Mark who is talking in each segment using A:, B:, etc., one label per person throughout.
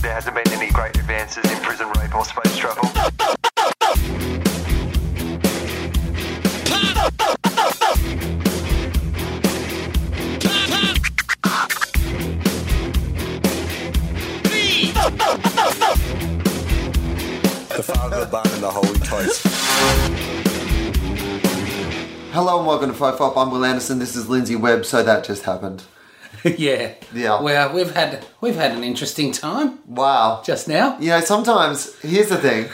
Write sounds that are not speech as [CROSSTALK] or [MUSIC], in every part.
A: There hasn't been any great advances in prison rape or space travel.
B: the father of the bun and the holy toast.
C: Hello and welcome to Fofop. I'm Will Anderson. This is Lindsay Webb. So that just happened.
D: [LAUGHS] Yeah.
C: Yeah.
D: Well, we've had we've had an interesting time
C: Wow.
D: just now.
C: You know, sometimes here's the thing.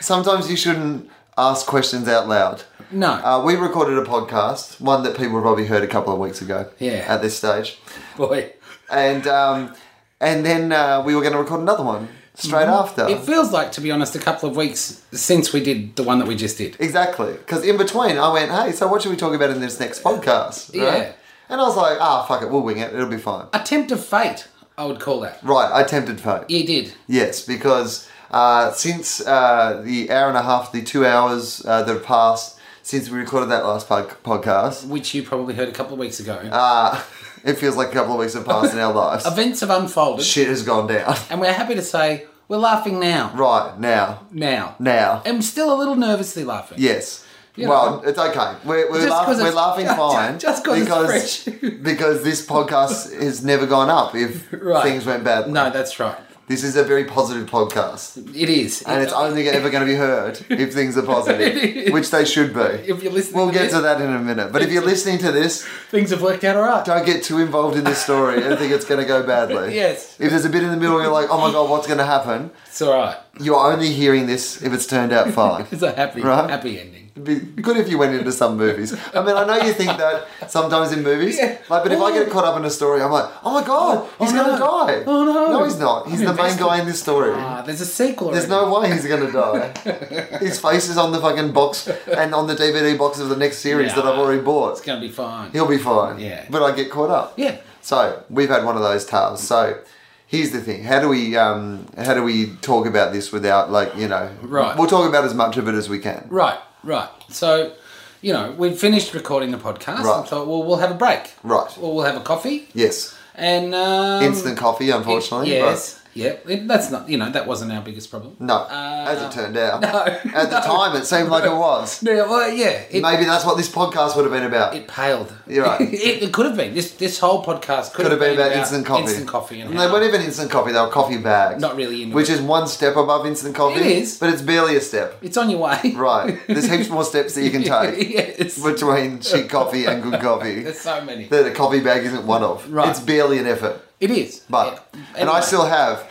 C: Sometimes you shouldn't ask questions out loud.
D: No.
C: Uh, we recorded a podcast, one that people probably heard a couple of weeks ago.
D: Yeah.
C: At this stage,
D: Boy.
C: and um, and then uh, we were going to record another one straight after.
D: Mm-hmm. It feels like, to be honest, a couple of weeks since we did the one that we just did.
C: Exactly. Because in between, I went, hey, so what should we talk about in this next podcast? Right?
D: Yeah.
C: And I was like, ah, fuck it, we'll wing it. It'll be fine.
D: Attempt of fate, I would call that.
C: Right. I tempted fate.
D: You did.
C: Yes, because uh, since uh, the hour and a half, the two hours uh, that have passed since we recorded that last pod- podcast,
D: Which you probably heard a couple of weeks ago.
C: uh, it feels like a couple of weeks have passed
D: [LAUGHS]
C: in our lives.
D: Events have unfolded,
C: Shit has gone down. [LAUGHS]
D: and we're happy to say we're laughing now.
C: Right now,
D: Now.
C: now,
D: I'm still a little nervously laughing.
C: yes.
D: You
C: well,
D: know.
C: it's okay. We're, we're,
D: Just
C: laugh-
D: 'cause
C: we're
D: it's-
C: laughing
D: ju- ju-
C: fine.
D: just 'cause it's
C: because-
D: fresh. [LAUGHS]
C: because this podcast has never gone up if
D: Right.
C: things went bad.
D: No, that's right.
C: This is a very positive podcast.
D: It is.
C: And it's only ever going to be heard if things are
D: [LAUGHS]
C: positive, which they should be.
D: if you're listening,
C: We'll
D: to
C: get
D: this,
C: to that in a minute. But if you're listening to this,
D: Things have worked out all right.
C: don't get too involved in this story and think it's going to go badly.
D: [LAUGHS] Yes.
C: If there's a bit in the middle where you're like, oh my god, what's going to happen?
D: It's all right.
C: You're only hearing this if it's turned out
D: [LAUGHS]
C: fine.
D: It's a happy,
C: Right.
D: happy ending.
C: It'd be good if you went into some movies. I mean, I know you think that sometimes in movies.
D: Yeah.
C: Like, but if I
D: Oh.
C: get caught up in a story, I'm like, oh my god, he's
D: no.
C: going to die.
D: Oh, no.
C: No, he's not. He's
D: I'm
C: the main
D: invested.
C: guy in this story.
D: Ah, there's a sequel.
C: There's
D: already.
C: no way he's gonna die.
D: [LAUGHS]
C: His face is on the fucking box and on the DVD box of the next series that I've already bought.
D: It's gonna be fine.
C: He'll be fine.
D: Yeah.
C: But I get caught up.
D: Yeah.
C: So we've had one of those tales. So here's the thing: how do we um, how do we talk about this without like you know?
D: Right.
C: We'll talk about as much of it as we can.
D: Right, right. So, you know, we finished recording the podcast
C: Right.
D: and thought, well, we'll have a break.
C: Right.
D: Or we'll have a coffee
C: Yes.
D: and um,
C: Instant coffee, unfortunately.
D: It,
C: but-
D: yes. Yeah. It, that's not. You know, that wasn't our biggest problem.
C: no. as it turned out.
D: Uh, [LAUGHS] no,
C: At the
D: no.
C: time, it seemed like it was.
D: Yeah. Well, yeah. It,
C: Maybe that's what this podcast would have been about.
D: it paled.
C: You're right.
D: [LAUGHS] it, it could have been. This this whole podcast could,
C: Could have been about instant coffee.
D: Instant coffee. And
C: And they
D: how-
C: weren't even instant coffee; they were coffee bags.
D: Not really into
C: Which
D: it.
C: is one step above instant coffee.
D: It is.
C: but it's barely a
D: [LAUGHS]
C: step.
D: It's on your way.
C: Right. There's heaps more steps that you can take
D: [LAUGHS] yes.
C: between cheap coffee and
D: [LAUGHS]
C: good coffee
D: There's so many.
C: that a coffee bag isn't one of.
D: Right.
C: It's barely an effort,
D: It is.
C: but
D: Yeah.
C: and I
D: Anyway.
C: still have.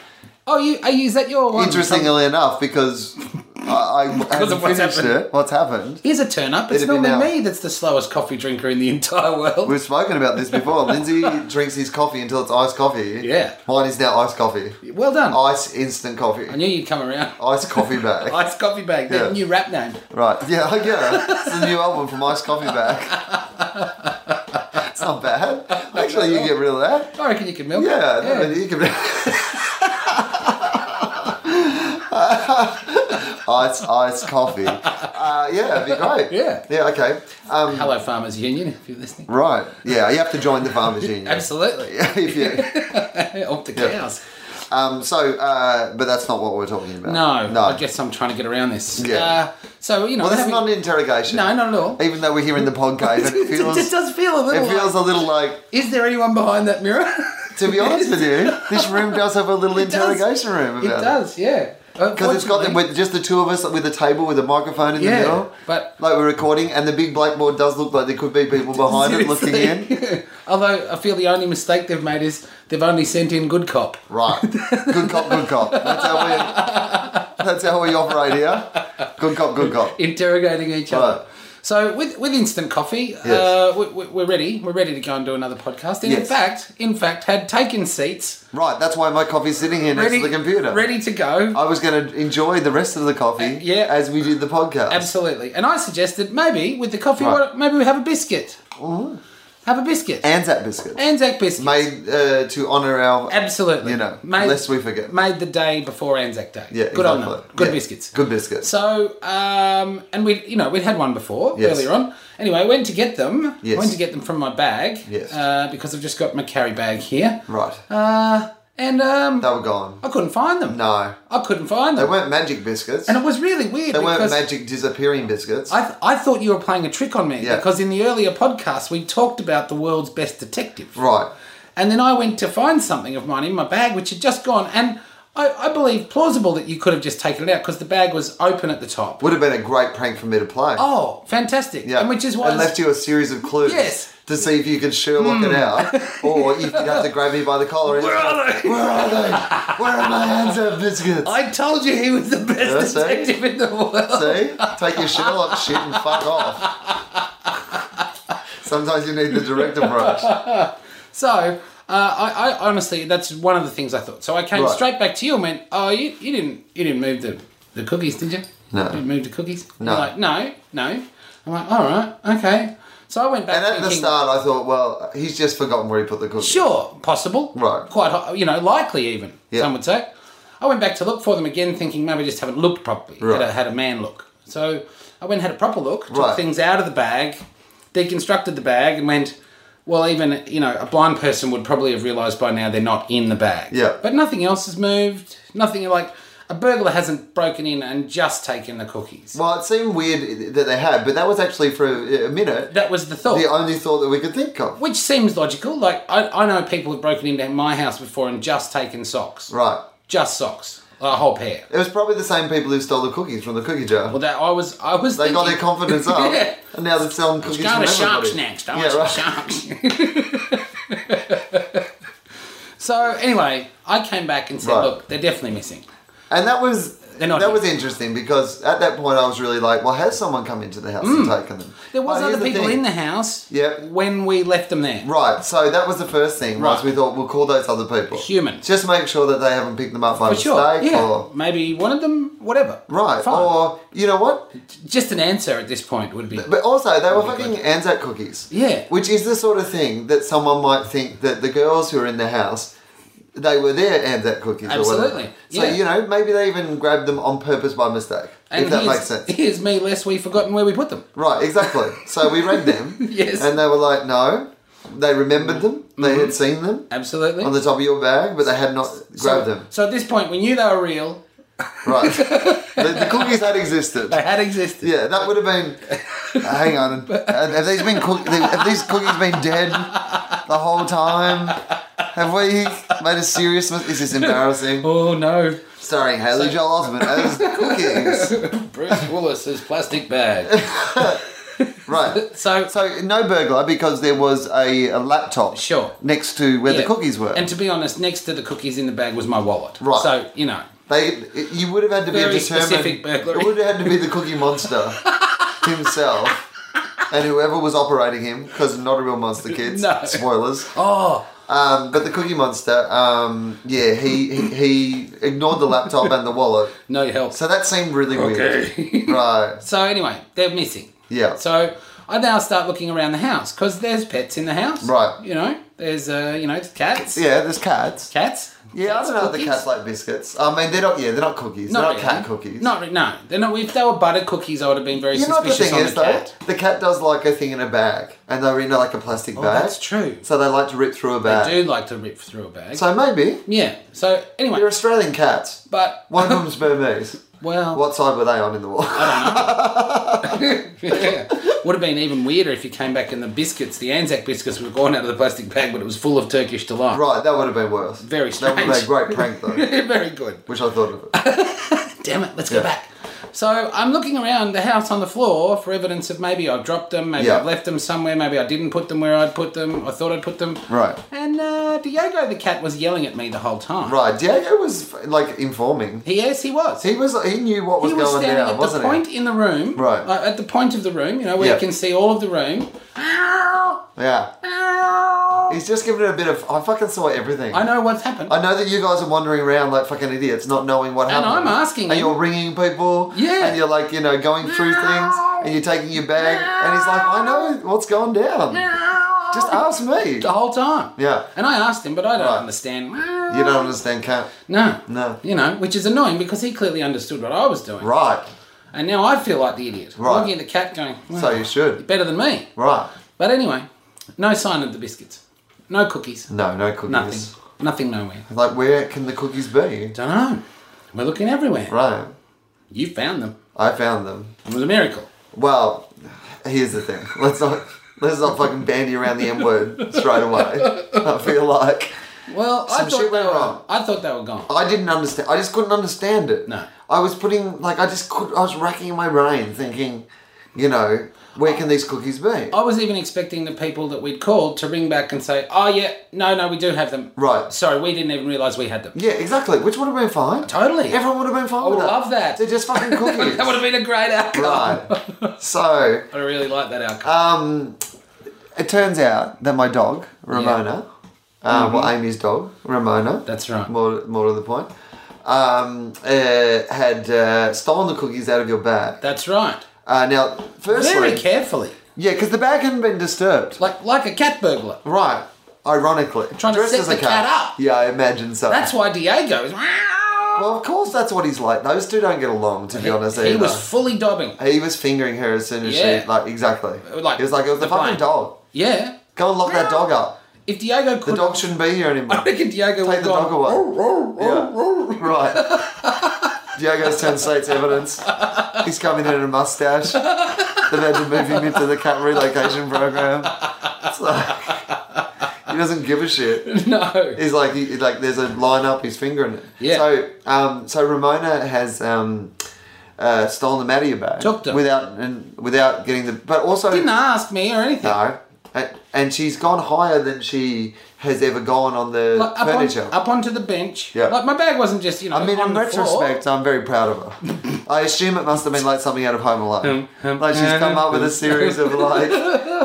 D: Oh, you are you? Is that your one?
C: Interestingly enough,
D: [LAUGHS]
C: because I, I haven't
D: of what's
C: finished
D: happened.
C: it. What's happened?
D: Here's a turn up. It's
C: It'd be
D: normally
C: now.
D: me that's the slowest coffee drinker in the [LAUGHS] entire world.
C: We've spoken about this
D: [LAUGHS]
C: before. Lindsay drinks his coffee until it's iced coffee.
D: Yeah.
C: Mine is now iced coffee.
D: well done.
C: Ice instant coffee.
D: I knew you'd come around. [LAUGHS]
C: Iced coffee bag.
D: Ice Coffee Bag,
C: Yeah.
D: that new rap name.
C: Right. Yeah, oh, yeah. It's the new album from Ice Coffee Bag. it's not bad. Actually, you can get rid of that.
D: I reckon you can milk it.
C: Yeah, no, you can. [LAUGHS] ice, ice coffee. Uh, yeah, it'd be great.
D: Yeah.
C: Yeah, okay. Um,
D: Hello, Farmers Union, if you're listening.
C: right. Yeah, you have to join the Farmers Union.
D: [LAUGHS] Absolutely.
C: [LAUGHS] if you,
D: [LAUGHS] Off the
C: Yeah.
D: cows.
C: um, so, uh, but that's not what we're talking about.
D: No,
C: No.
D: I guess I'm trying to get around this.
C: Yeah.
D: Uh, so, you know.
C: well, this is
D: having-
C: not an interrogation.
D: No, not at all.
C: Even though we're here in the
D: [LAUGHS]
C: podcast, it
D: it
C: feels,
D: just
C: it
D: does feel a little.
C: feels a
D: like,
C: little like
D: is there anyone behind that mirror?
C: To
D: [LAUGHS]
C: be honest with you, this room does have a little
D: It does.
C: interrogation room
D: It
C: about it.
D: does, yeah.
C: Because it's got the, with just the two of us with a table with a microphone in the
D: Yeah,
C: middle.
D: but-
C: like we're recording, and the big blackboard does look like there could be people behind it looking in.
D: in. [LAUGHS] Although I feel the only mistake they've made is they've only sent in good cop. [LAUGHS]
C: Right, good cop, good cop. That's how we. That's how we operate here. Good cop, good cop.
D: interrogating each other.
C: Right.
D: So with with instant coffee, uh, we, we, we're ready. We're ready to go and do another podcast. And in
C: Yes.
D: fact, in fact, had taken seats
C: Right, that's why my coffee's sitting here next
D: ready
C: to the computer.
D: ready to go.
C: I was going to enjoy the rest of the coffee
D: Uh, yeah.
C: as we did the podcast.
D: Absolutely. And I suggested maybe with the coffee,
C: Right.
D: what, maybe we have a biscuit. Have a biscuit.
C: Anzac biscuits.
D: Anzac biscuit.
C: Made uh, to honour our.
D: Absolutely.
C: You know,
D: Made-
C: lest we forget.
D: Made the day before Anzac Day.
C: yeah,
D: Good on
C: exactly.
D: them. Good
C: Yeah,
D: biscuits.
C: Good biscuits.
D: So, um, and we, you know, we'd had one before
C: Yes.
D: earlier on. Anyway, went to get them.
C: Yes.
D: Went to get them from my bag.
C: Yes.
D: Uh, because I've just got my carry bag here.
C: right.
D: Uh, and um,
C: they were gone.
D: I couldn't find them.
C: No.
D: I couldn't find
C: They
D: them.
C: weren't magic biscuits.
D: and it was really weird
C: they weren't
D: because
C: magic disappearing biscuits.
D: I, th- I thought you were playing a trick on me
C: Yeah.
D: because in the earlier podcast we talked about the world's best detective.
C: right.
D: And then I went to find something of mine in my bag, which had just gone. And I, I believe plausible that you could have just taken it out because the bag was open at the top.
C: Would have been a great prank for me to play.
D: Oh, fantastic!
C: Yeah.
D: And which is why
C: And left you a series of clues.
D: Yes. Hmm.
C: To see if you could Sherlock it
D: [LAUGHS]
C: out, or if you'd have to grab me by the collar. And
D: Where are they?
C: Where are they? Where are my hands of biscuits?
D: I told you he was the
C: Yes,
D: best
C: sir.
D: detective in the world. [LAUGHS]
C: See? Take your Sherlock shit and fuck off. Sometimes you need the direct approach.
D: So uh, I, I honestly, that's one of the things I thought. So I came
C: Right.
D: straight back to you and went, "Oh, you, you didn't you didn't move the, the cookies, did you?
C: No.
D: You didn't move the cookies.
C: No.
D: You're like no, no. I'm like, all right, okay. So I went back
C: And at the
D: thinking,
C: start, I thought, well, he's just forgotten where he put the cookie.
D: Sure, possible.
C: Right.
D: Quite, hi- you know, likely even,
C: Yeah.
D: some would say. I went back to look for them again, thinking maybe I just haven't looked properly.
C: Right.
D: Had, a, had a man look. So I went and had a proper look, took
C: Right.
D: things out of the bag, deconstructed the bag, and went, well, even, you know, a blind person would probably have realised by now they're not in the bag.
C: Yeah.
D: But nothing else has moved. Nothing like a burglar hasn't broken in and just taken the cookies.
C: Well, it seemed weird that they had, but that was actually for a a minute
D: that was the thought.
C: the only thought that we could think of.
D: which seems logical. Like, I, I know people have broken into my house before and just taken socks.
C: Right.
D: just socks, a whole pair.
C: It was probably the same people who stole the cookies from the cookie jar.
D: Well, that I was, I was.
C: they got their
D: thinking-
C: confidence up,
D: [LAUGHS] yeah.
C: and now they're selling cookies
D: Go
C: from
D: to sharks
C: everybody.
D: next. I
C: yeah,
D: want some
C: right.
D: sharks. [LAUGHS] so anyway, I came back and said,
C: Right.
D: look, they're definitely missing.
C: And that was
D: They're not
C: that
D: here.
C: was interesting because at that point I was really like, well, has someone come into the house and taken them?
D: Mm. There was
C: Well, here's
D: other people
C: thing.
D: in the house.
C: Yep.
D: When we left them there.
C: Right, so that was the first thing. Right,
D: Right.
C: we thought we'll call those other people
D: Humans.
C: Just make sure that they haven't picked them up by
D: For
C: mistake,
D: sure. Yeah.
C: or
D: Maybe one of them. Whatever.
C: right,
D: Fine.
C: or you know what?
D: just an answer at this point would be.
C: But also, they were
D: That'd be
C: fucking Anzac cookies.
D: Yeah.
C: Which is the sort of thing that someone might think that the girls who are in the house, they were their Anzac cookies or
D: Absolutely,
C: whatever.
D: yeah.
C: So, you know, maybe they even grabbed them on purpose by mistake, if that
D: here's-
C: makes sense.
D: Here's me, lest we forgotten where we put them.
C: right, exactly. So we read them.
D: [LAUGHS] Yes. Mm-hmm.
C: And they were like, no. They remembered them. They had seen them
D: Absolutely.
C: on the top of your bag, but they had not grabbed them.
D: So at this point, we knew they were real. [LAUGHS]
C: Right. the, the cookies had existed.
D: They had existed.
C: Yeah, that would have been.
D: [LAUGHS]
C: hang on, have have these been cook, have these cookies been dead the whole time? Have we made a serious? mis- Is this embarrassing?
D: Oh no.
C: Starring Haley Joel Osment as cookies.
D: Bruce Willis is
C: [LAUGHS]
D: plastic bag.
C: Right.
D: So,
C: So no burglar because there was a, a laptop
D: Sure.
C: next to where the
D: yeah.
C: cookies were.
D: And to be honest, next to the cookies in the bag was my wallet.
C: Right.
D: So you know,
C: they, you would have had to be a
D: Very
C: determined.
D: specific burglary.
C: It would have had to be the cookie monster himself. And whoever was operating him, because not a real monster, kids.
D: [LAUGHS] No.
C: Spoilers.
D: oh,
C: Um, but the Cookie Monster, um, yeah, he, he he ignored the laptop and the wallet,
D: no help.
C: so that seemed really
D: Okay.
C: weird. Right?
D: [LAUGHS] So anyway, they're missing.
C: Yeah.
D: So I now start looking around the house because there's pets in the house.
C: Right.
D: You know, there's uh, you know, cats.
C: Yeah, there's cats.
D: Cats.
C: Yeah, I
D: Cats,
C: don't know if the
D: cookies.
C: cats like biscuits. I mean, they're not. Yeah, they're not cookies. they're not cat
D: really.
C: cookies.
D: Not re- no, they're not. If they were butter cookies, I would have been very
C: You know what the
D: suspicious
C: thing
D: on
C: is
D: the
C: though?
D: cat.
C: The cat does like a thing in a bag, and they're in like a plastic bag.
D: Oh, that's true.
C: So they like to rip through a
D: I do
C: bag.
D: like to rip through a bag.
C: So maybe
D: yeah. So anyway,
C: they're Australian cats.
D: but
C: One of them's
D: [LAUGHS]
C: Burmese.
D: well,
C: What side were they on in the war?
D: Yeah. Would have been even weirder if you came back and the biscuits, the Anzac biscuits, were gone out of the plastic bag, but it was full of Turkish delight.
C: [LAUGHS] Right, that would have been worse.
D: Very
C: That would have been a great
D: strange. [LAUGHS]
C: prank though,
D: Very good.
C: which I thought of. It.
D: Damn it, let's
C: Yeah.
D: go back. So I'm looking around the house on the floor for evidence of maybe I dropped them, maybe
C: Yeah.
D: I've left them somewhere, maybe I didn't put them where I'd put them, I thought I'd put them.
C: Right.
D: And uh, Diego the cat was yelling at me the whole time.
C: Right, Diego was like informing.
D: He, yes, he was.
C: He was he knew what was,
D: he was
C: going
D: standing
C: down,
D: at the
C: wasn't
D: point
C: he?
D: in the room,
C: Right.
D: uh, at the point of the room, you know, where
C: Yeah.
D: you can see all of the room.
C: Yeah.
D: I
C: He's just giving it a bit of I fucking saw everything.
D: know what's happened.
C: I know that you guys are wandering around like fucking idiots, not knowing what
D: And
C: happened.
D: I'm asking
C: And
D: him.
C: you're ringing people.
D: Yeah.
C: And you're like, you know, going through things. And you're taking your bag. And he's like, I know what's gone down. Just ask me.
D: the whole time.
C: Yeah.
D: And I asked him, but I don't
C: Right.
D: understand.
C: You don't understand, cat.
D: No.
C: No.
D: You know, which is annoying because he clearly understood what I was doing.
C: Right.
D: And now I feel like the idiot.
C: Right.
D: Looking at the cat going, well,
C: So you should.
D: better than me.
C: Right.
D: But anyway, no sign of the biscuits. No cookies.
C: No, no cookies.
D: Nothing. Nothing nowhere.
C: Like, where can the cookies be?
D: Don't know. We're looking everywhere.
C: Right.
D: You found them.
C: I found them.
D: It was a miracle.
C: Well, here's the thing. Let's not let's not fucking bandy around the M word straight away. I feel like
D: Well, I
C: Some
D: thought
C: shit
D: they
C: went
D: were.
C: wrong.
D: I thought they were gone.
C: I didn't understand. I just couldn't understand it.
D: No.
C: I was putting like I just could. I was racking my brain, thinking, you know, where can these cookies be?
D: I was even expecting the people that we'd called to ring back and say, "Oh yeah, no, no, we do have them."
C: Right.
D: Sorry, we didn't even realise we had them.
C: Yeah, exactly. Which would have been fine.
D: Totally.
C: Everyone would have been fine.
D: I would
C: with
D: love [LAUGHS] that.
C: They're just fucking cookies.
D: that would have been a great outcome.
C: right. So
D: [LAUGHS] I really like that outcome.
C: Um, it turns out that my dog Ramona, uh, well Amy's dog Ramona.
D: Mm-hmm. That's right.
C: More, more to the point. Um, uh, had uh, stolen the cookies out of your bag.
D: That's right.
C: Uh, now,
D: Very
C: firstly,
D: carefully,
C: yeah, because the bag hadn't been disturbed.
D: like like a cat burglar.
C: Right. Ironically,
D: Trying to set the cat up.
C: Yeah, I imagine so.
D: That's why Diego is.
C: well, of course, that's what he's like. Those two don't get along, to be honest.
D: he
C: either.
D: was fully dobbing.
C: he was fingering her as soon as
D: Yeah.
C: she like exactly.
D: Like
C: he was like it was the,
D: the
C: fucking
D: plane.
C: dog.
D: Yeah.
C: Go and lock that dog up.
D: If Diego could,
C: The dog shouldn't be here anymore.
D: [LAUGHS] I reckon Diego would
C: Take
D: have
C: the dog
D: gone.
C: away. Yeah. [LAUGHS] Right. Diego's turned state's evidence. He's coming in in a mustache. They've had to move him into the cat relocation program. It's like- he doesn't give a shit.
D: [LAUGHS] No.
C: He's like, he, like there's a line up, he's fingering it.
D: Yeah.
C: So, um, so Ramona has um, uh, stolen the out of your bag.
D: Took them.
C: Without, and without getting the. But also.
D: Didn't ask me or anything.
C: No. And- And she's gone higher than she has ever gone on the
D: Like, up, on,
C: furniture.
D: up onto the bench.
C: Yeah.
D: Like my bag wasn't just you know.
C: I mean,
D: on
C: in
D: the
C: retrospect, I'm very proud of her.
D: [LAUGHS]
C: I assume it must have been like something out of Home Alone. like she's come up with a series of
D: [LAUGHS]
C: like,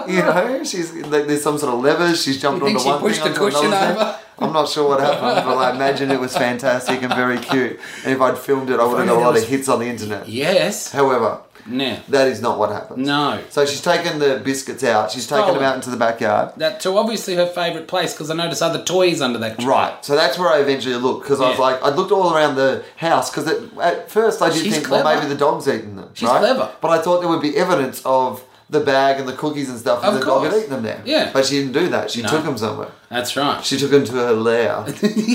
C: you know, she's like, there's some sort of levers. She's jumped
D: You think
C: onto
D: she
C: one
D: pushed
C: thing
D: the
C: onto another
D: cushion
C: thing.
D: over?
C: [LAUGHS] I'm not sure what happened, but I imagine it
D: [LAUGHS]
C: was fantastic and very cute. And if I'd filmed it, I would have got a lot of hits on the internet.
D: floor. Yes.
C: However,
D: Now
C: that is not what happened.
D: No. Oh.
C: So she's taken the biscuits out. She's taken
D: Stolen.
C: them out into the backyard.
D: That to obviously her favourite place because I noticed other toys under that. Tree.
C: Right. So that's where I eventually looked because I was
D: Yeah.
C: like, I looked all around the house because at first I did
D: She's
C: think, well,
D: clever.
C: maybe the dog's eaten them.
D: She's
C: right?
D: clever.
C: But I thought there would be evidence of the bag and the cookies and stuff, and
D: Of
C: the dog had
D: course.
C: eaten them there.
D: Yeah.
C: But she didn't do that. She
D: No.
C: took them somewhere.
D: That's right.
C: She took them to her lair, [LAUGHS]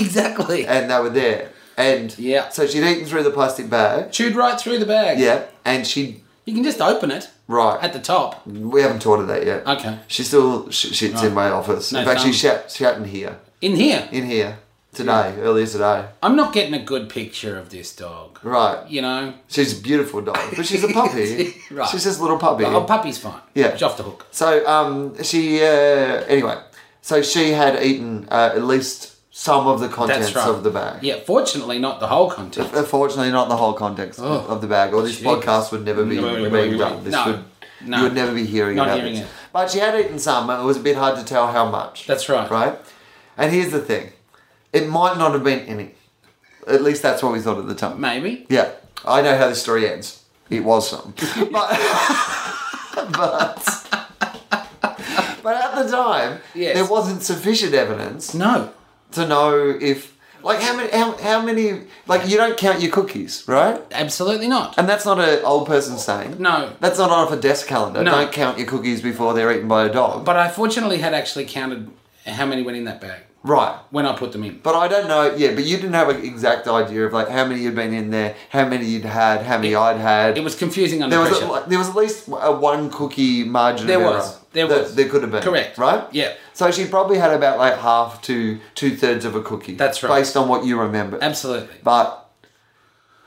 D: exactly.
C: and they were there. And
D: Yeah.
C: so she'd eaten through the plastic bag.
D: Chewed right through the bag.
C: Yeah. And she
D: You can just open it
C: right.
D: at the top.
C: we haven't taught her that yet.
D: Okay.
C: She still sh- shits in my office.
D: No
C: in fact, she
D: thumbs.
C: shat, shat in here,
D: In here.
C: in here today, earlier today.
D: I'm not getting a good picture of this dog.
C: Right.
D: You know,
C: She's a beautiful dog, but she's a puppy.
D: [LAUGHS] Right.
C: She's just a little puppy.
D: oh, puppy's fine.
C: Yeah.
D: She's off the hook.
C: so um, she uh, anyway. So she had eaten uh, at least some of the contents
D: That's right.
C: of the bag.
D: Yeah, fortunately, not the whole content.
C: Unfortunately, not the whole context of the bag, or this
D: Jesus.
C: podcast would never be
D: Oh. No, no, no,
C: being
D: no,
C: done. This
D: no,
C: would,
D: no.
C: You would never be hearing
D: Not
C: about
D: hearing
C: this.
D: it.
C: But she had eaten some, and it was a bit hard to tell how much.
D: That's right.
C: Right? And here's the thing it might not have been any. At least that's what we thought at the time.
D: Maybe.
C: Yeah, I know how the story ends. It was
D: [LAUGHS]
C: some, but but, but at the time,
D: Yes.
C: there wasn't sufficient evidence
D: No.
C: to know if like how many how, how many like you don't count your cookies, right?
D: Absolutely not.
C: And that's not an old person saying.
D: No.
C: that's not off a desk calendar.
D: No.
C: Don't count your cookies before they're eaten by a dog.
D: But I fortunately had actually counted how many went in that bag
C: right.
D: when I put them in.
C: But I don't know. Yeah, but you didn't have an exact idea of like how many you'd been in there, how many you'd had, how many I'd had.
D: It was confusing under
C: There was,
D: pressure.
C: a, there was at least a one cookie margin.
D: There
C: of
D: was.
C: error
D: There
C: that
D: was.
C: There could have been.
D: Correct.
C: Right.
D: Yeah.
C: So she probably had about like half to two thirds of a cookie.
D: That's right.
C: Based on what you remember.
D: Absolutely.
C: But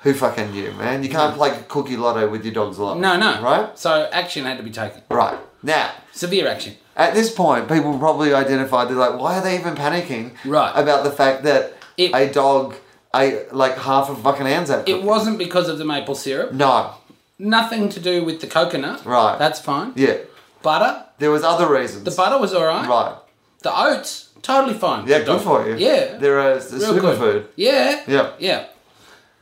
C: Who fucking knew, man? You can't play cookie lotto with your dog's lotto.
D: Mm. No, no.
C: Right?
D: So action had to be taken.
C: Right. Now,
D: Severe action.
C: at this point, people probably identified. They're like, why are they even panicking
D: Right.
C: about the fact that
D: It-
C: a dog ate like half of fucking Anzac?
D: It
C: cookie?
D: wasn't because of the maple syrup.
C: no.
D: Nothing to do with the coconut.
C: Right.
D: That's fine.
C: Yeah,
D: Butter.
C: there was other reasons.
D: The butter was all right.
C: right?
D: The oats, totally fine.
C: Yeah,
D: The
C: good
D: dog-
C: for you.
D: Yeah.
C: There was
D: real good.
C: superfood.
D: Yeah.
C: Yeah.
D: Yeah.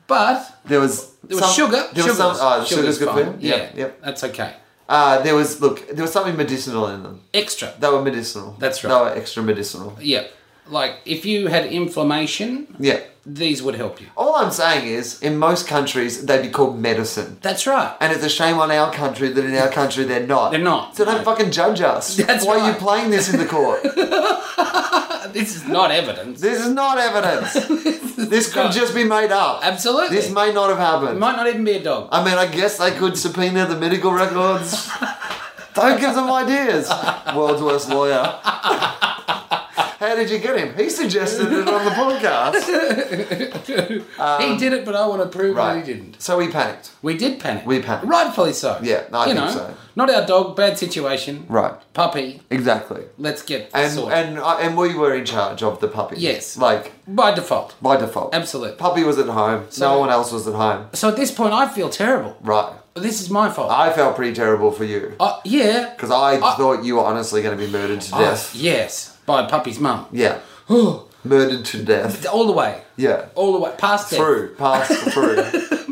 D: But
C: There was
D: there was sugar.
C: There
D: sugar
C: was some. Oh, sugar's, good
D: fine.
C: for you.
D: Yeah.
C: Yep. yep.
D: That's okay.
C: Uh, there was look. There was something medicinal in them.
D: Extra.
C: They were medicinal.
D: That's right.
C: They were extra medicinal.
D: Yeah. Like if you had inflammation,
C: Yeah.
D: these would help you.
C: All I'm saying is, in most countries, they'd be called medicine.
D: That's right.
C: And it's a shame on our country that in our country they're not.
D: They're not,
C: So don't
D: no.
C: fucking judge us.
D: [LAUGHS] That's
C: Why are you
D: right.
C: playing this in the
D: [LAUGHS]
C: court?
D: This is not evidence.
C: this is not evidence. this could
D: not.
C: just be made up.
D: Absolutely.
C: This may not have happened.
D: it might not even be a dog.
C: I mean, I guess they could subpoena the medical records. Don't give them ideas. World's worst lawyer. How did you get him? He suggested it on the podcast.
D: [LAUGHS] he did it, but I want to prove that
C: Um, Right.
D: he didn't.
C: So we panicked.
D: We did panic.
C: We panicked.
D: Rightfully so.
C: Yeah, I
D: you
C: think
D: know,
C: so.
D: Not our dog. Bad situation.
C: Right.
D: Puppy.
C: Exactly.
D: Let's get
C: And
D: sorted.
C: and I and we were in charge of the puppy.
D: Yes.
C: Like
D: by default.
C: by default.
D: Absolutely.
C: Puppy was at home.
D: So-
C: no one else was at home.
D: So at this point, I feel terrible.
C: Right.
D: This is my fault.
C: I felt pretty terrible for you
D: Uh, yeah.
C: because I,
D: I-
C: thought you were honestly going to be murdered to death.
D: Yes, by puppy's mum. [GASPS]
C: yeah. murdered to death.
D: All the way.
C: Yeah.
D: All the way. Past death.
C: Through, past,
D: [LAUGHS]
C: through,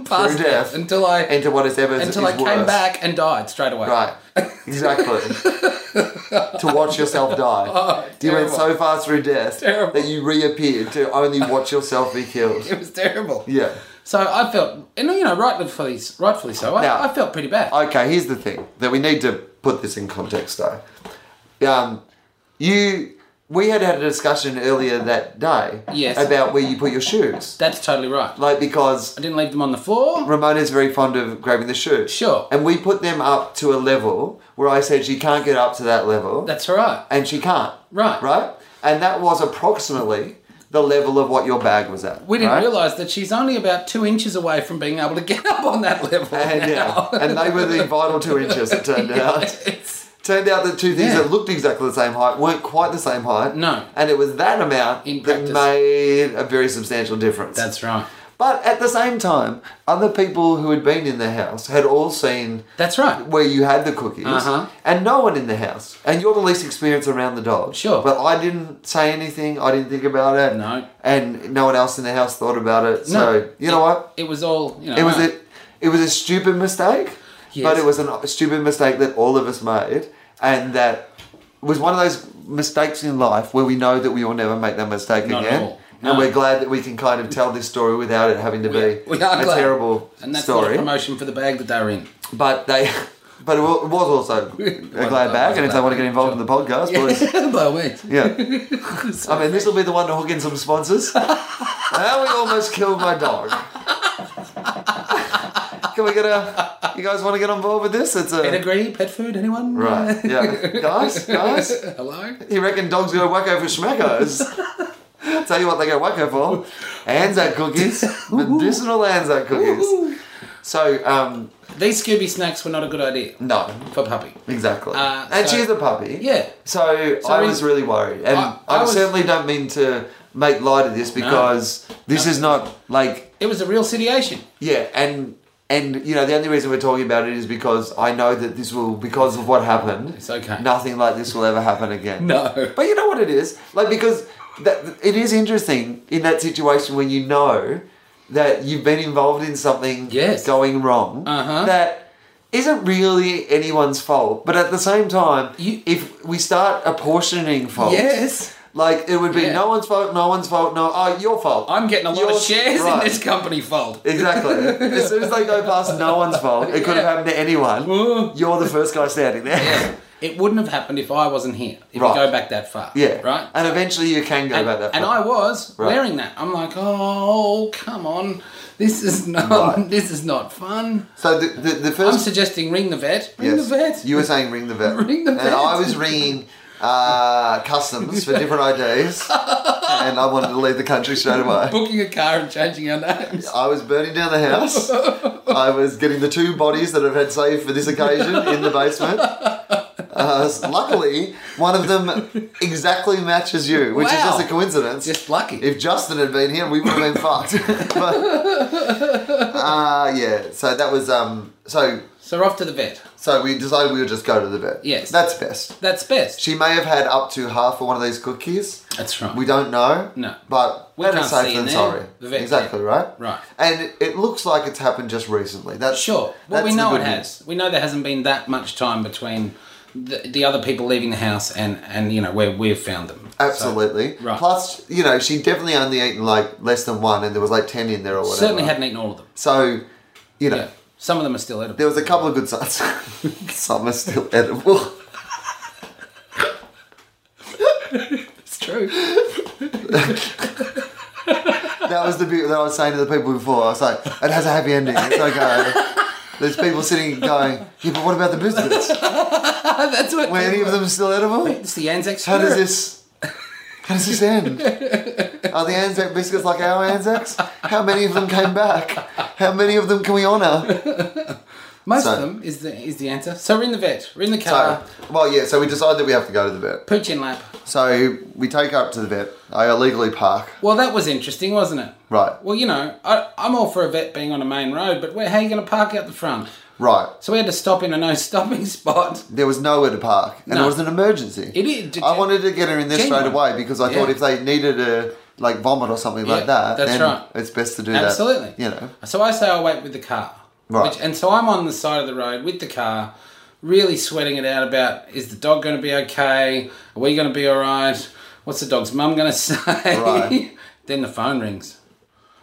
D: Past
C: through death.
D: Until I
C: into what is ever
D: until
C: is
D: I came
C: worse.
D: back and died straight away.
C: Right. Exactly.
D: [LAUGHS]
C: to watch yourself die. you went
D: Oh, terrible.
C: so far through death
D: Terrible.
C: that you reappeared to only watch yourself be killed.
D: [LAUGHS] [LAUGHS] It was terrible.
C: Yeah.
D: So I felt, and you know, rightfully, rightfully so. I,
C: Now-
D: I felt pretty bad.
C: Okay, here's the thing that we need to put this in context though. Um, you, we had had a discussion earlier that day
D: Yes.
C: about where you put your shoes.
D: That's totally right.
C: Like, because
D: I didn't leave them on the floor.
C: Ramona's very fond of grabbing the shoe.
D: Sure.
C: And we put them up to a level where I said she can't get up to that level.
D: That's right.
C: and she can't.
D: Right.
C: Right? And that was approximately the level of what your bag was at.
D: We didn't
C: right?
D: realise that she's only about two inches away from being able to get up on that level.
C: And yeah.
D: now.
C: And they
D: [LAUGHS]
C: were the vital two inches, it turned out.
D: It's-
C: Turned out that two things
D: Yeah.
C: that looked exactly the same height weren't quite the same height.
D: No.
C: And it was that amount
D: In
C: that
D: practice.
C: made a very substantial difference.
D: that's right.
C: But at the same time, other people who had been in the house had all seen
D: That's right.
C: where you had the cookies
D: Uh-huh.
C: and no one in the house. And you're the least experienced around the dog.
D: Sure.
C: But I didn't say anything. I didn't think about it.
D: No.
C: And no one else in the house thought about it. So,
D: No.
C: you know what?
D: It was all, you know. uh,
C: It was a, it was a stupid mistake.
D: Yes.
C: But it was an- a stupid mistake that all of us made. And that was one of those mistakes in life where we know that we will never make that mistake
D: Not at
C: again.
D: all.
C: And
D: No.
C: we're glad that we can kind of tell this story without it having to be
D: we are
C: a
D: glad.
C: terrible
D: And that's not
C: story
D: a promotion for the bag that they were
C: [LAUGHS]
D: in.
C: but they but it wa- it was [LAUGHS] also a glad bag and if they want to get involved in the podcast boys
D: [LAUGHS] By all means.
C: yeah [LAUGHS] i mean this will be the one to hook in some sponsors [LAUGHS] how we almost killed my dog can we get a you guys want to get on board with this it's a
D: Pedigree, pet food, anyone? [LAUGHS]
C: right yeah guys guys
D: Hello?
C: you reckon dogs go wacko for schmackos [LAUGHS] tell you what they go wacko for anzac cookies medicinal anzac cookies so um
D: These Scooby snacks were not a good idea
C: no
D: for puppy.
C: Exactly.
D: Uh,
C: and
D: so-
C: she's a puppy.
D: Yeah.
C: So, I
D: in-
C: was really worried. And
D: I-
C: I,
D: I was-
C: certainly don't mean to make light of this because this is not like,
D: It was a real situation.
C: yeah, and. And you know the only reason we're talking about it is because I know that this will because of what happened.
D: It's okay.
C: Nothing like this will ever happen again.
D: No.
C: But you know what it is like because that it is interesting in that situation when you know that you've been involved in something
D: Yes.
C: going wrong
D: Uh-huh.
C: that isn't really anyone's fault. But at the same time,
D: You-
C: if we start apportioning fault,
D: Yes.
C: like it would be
D: Yeah.
C: no one's fault, no one's fault, no, oh, your fault.
D: I'm getting a lot of
C: Yours-
D: shares
C: right.
D: in this company fold.
C: Exactly. As soon as they go past no one's fault, it could have
D: Yeah.
C: happened to anyone.
D: Ooh.
C: You're the first guy standing there.
D: It wouldn't have happened if I wasn't here. If
C: Right.
D: we go back that far.
C: [LAUGHS] Yeah.
D: Right?
C: And eventually you can go
D: And,
C: about that.
D: and
C: far.
D: I was
C: Right.
D: wearing that. I'm like, oh, come on. This is not
C: Right.
D: [LAUGHS] this is not fun.
C: So the, the, the
D: I'm
C: first.
D: suggesting ring the vet. Ring
C: Yes.
D: the vet.
C: You were saying ring the vet.
D: Ring the
C: and
D: vet.
C: I was ringing uh, customs for different IDs, and I wanted to leave the country straight away.
D: [LAUGHS] Booking a car and changing our
C: [LAUGHS]
D: names.
C: I was burning down the house. I was getting the two bodies that I've had saved for this occasion in the basement. Uh, luckily, one of them exactly matches you, which is
D: Wow.
C: just a coincidence.
D: Just lucky.
C: If Justin had been here, we would have been fucked. [LAUGHS] but, uh, yeah, so that was um. So
D: So we're off to the vet.
C: so we decided we would just go to the vet.
D: Yes.
C: that's best.
D: That's best.
C: She may have had up to half of one of these cookies.
D: That's right.
C: We don't know.
D: No.
C: But
D: We
C: better
D: can't
C: safe
D: see
C: than
D: in there.
C: sorry.
D: The vet
C: exactly
D: can.
C: right.
D: Right.
C: And it, it looks like it's happened just recently. That's
D: Sure. Well,
C: that's
D: we
C: the
D: know
C: good
D: it
C: news.
D: has. We know there hasn't been that much time between the, the other people leaving the house and, and you know, where we've found them.
C: Absolutely.
D: right.
C: Plus, you know, she definitely only eaten like less than one, and there was like ten in there or whatever.
D: Certainly hadn't eaten all of them.
C: So, you know,
D: Yeah. Some of them are still edible.
C: there was a couple of good signs. [LAUGHS] Some are still edible.
D: It's true. [LAUGHS]
C: That was the beauty that I was saying to the people before. I was like, it has a happy ending. It's okay. There's people sitting going, yeah, but what about the business?
D: That's what.
C: Were any of them still edible?
D: It's the Anzac
C: How
D: spirit.
C: does this? How does this end? Are the Anzac biscuits like our Anzacs? How many of them came back? How many of them can we honour?
D: Most of
C: So-
D: them is the is the answer. So we're in the vet. We're in the car.
C: So, Uh, well, yeah. So we decide that we have to go to the vet.
D: Pooch in lap.
C: So we take her up to the vet. I illegally park.
D: Well, that was interesting, wasn't it?
C: Right.
D: Well, you know, I, I'm all for a vet being on a main road, but where how are you going to park out the front?
C: Right.
D: So we had to stop in a no stopping [LAUGHS] spot.
C: There was nowhere to park, and
D: No.
C: it was an emergency.
D: It is- did
C: I
D: you-
C: wanted to get her in there straight
D: Genuine.
C: away because I thought
D: Yeah.
C: if they needed a like vomit or something like
D: Yeah,
C: that,
D: that's
C: then
D: right.
C: it's best to do
D: Absolutely.
C: that. You know.
D: So I say I'll wait with the car.
C: Right.
D: Which, and so I'm on the side of the road with the car, really sweating it out about is the dog going to be okay? Are we going to be all right? What's the dog's mum going to [LAUGHS] say?
C: Right.
D: [LAUGHS] then the phone rings.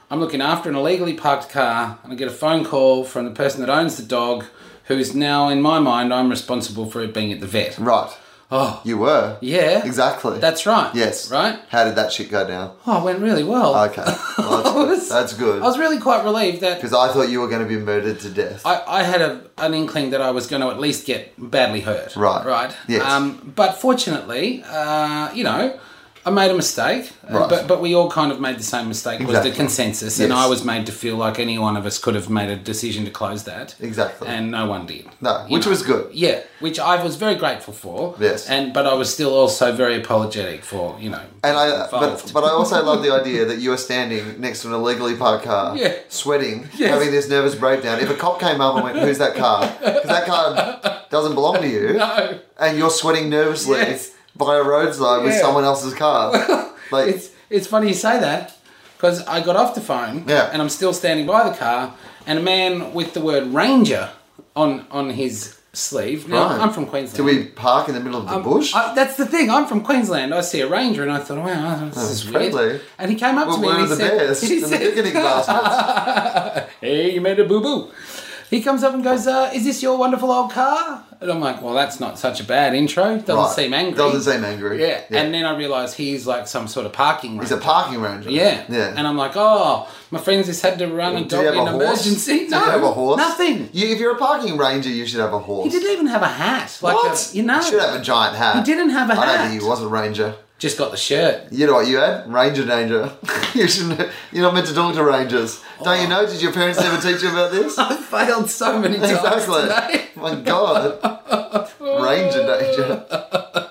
D: I'm looking after an illegally parked car, and I get a phone call from the person that owns the dog, who is now, in my mind, I'm responsible for it being at the vet.
C: Right.
D: Oh.
C: You were.
D: Yeah.
C: Exactly.
D: That's right.
C: Yes.
D: Right?
C: How did that shit go
D: [LAUGHS]
C: down?
D: Oh, it went really well.
C: Okay. Well, that's,
D: [LAUGHS] I
C: good.
D: was-
C: that's good.
D: I was really quite relieved that
C: Because I thought you were going to be murdered to death.
D: I, I had a, an inkling that I was going to at least get badly hurt.
C: Right.
D: Right.
C: Yes.
D: Um, but fortunately, uh, you know, I made a mistake. Uh,
C: Right.
D: But, but we all kind of made the same mistake was
C: Exactly.
D: the consensus. And
C: Yes.
D: I was made to feel like any one of us could have made a decision to close that.
C: Exactly.
D: And no one did.
C: no,
D: You
C: which
D: know.
C: was good.
D: Yeah, which I was very grateful for.
C: Yes.
D: And but I was still also very apologetic for, you know.
C: And I, but,
D: involved.
C: but I also love the idea that you were standing next to an illegally parked car,
D: Yeah.
C: sweating,
D: Yes.
C: having this nervous breakdown. If a cop came up and went, "Who's that
D: [LAUGHS]
C: car?" Because that car doesn't belong to you,
D: [LAUGHS] No.
C: and you're sweating nervously
D: Yes.
C: by a roadside with
D: Yeah.
C: someone else's
D: [LAUGHS]
C: car. Like,
D: It's it's funny you say that because I got off the phone
C: Yeah.
D: and I'm still standing by the car and a man with the word Ranger on on his sleeve. Now,
C: Right.
D: I'm from Queensland. Um,
C: do we park in the middle of the bush?
D: I, that's the thing. I'm from Queensland. I see a ranger, and I thought, wow, this is
C: friendly.
D: weird. And he came up
C: Well,
D: to me
C: where
D: and
C: are
D: he
C: the
D: said,
C: bears
D: [LAUGHS]
C: [LAUGHS]
D: he
C: and the
D: said,
C: picketing
D: [LAUGHS]
C: baskets?
D: "Hey, you made a boo boo." He comes up and goes, uh, "Is this your wonderful old car?" And I'm like, "Well, that's not such a bad intro. Doesn't
C: Right.
D: seem angry."
C: Doesn't seem angry.
D: Yeah. And then I realise he's like some sort of parking.
C: he's
D: ranger.
C: a parking ranger.
D: Yeah.
C: yeah.
D: And I'm like, oh, my friends just had to run and
C: Do you
D: dog
C: have
D: in
C: a
D: an
C: horse?
D: emergency. No,
C: Do you have a horse?
D: nothing.
C: You, if you're a parking ranger, you should have a horse.
D: He didn't even have a hat. Like
C: what?
D: A, you know,
C: You should have a giant hat.
D: He didn't have a
C: I don't
D: hat.
C: think he was a ranger.
D: just got the shirt.
C: [LAUGHS] You know what you had? Ranger danger. [LAUGHS] you shouldn't. You're not meant to talk to rangers. Don't you know? Did your parents never teach you about this?
D: Oh. [LAUGHS] I failed so
C: [LAUGHS]
D: many times today.
C: My God. Ranger danger.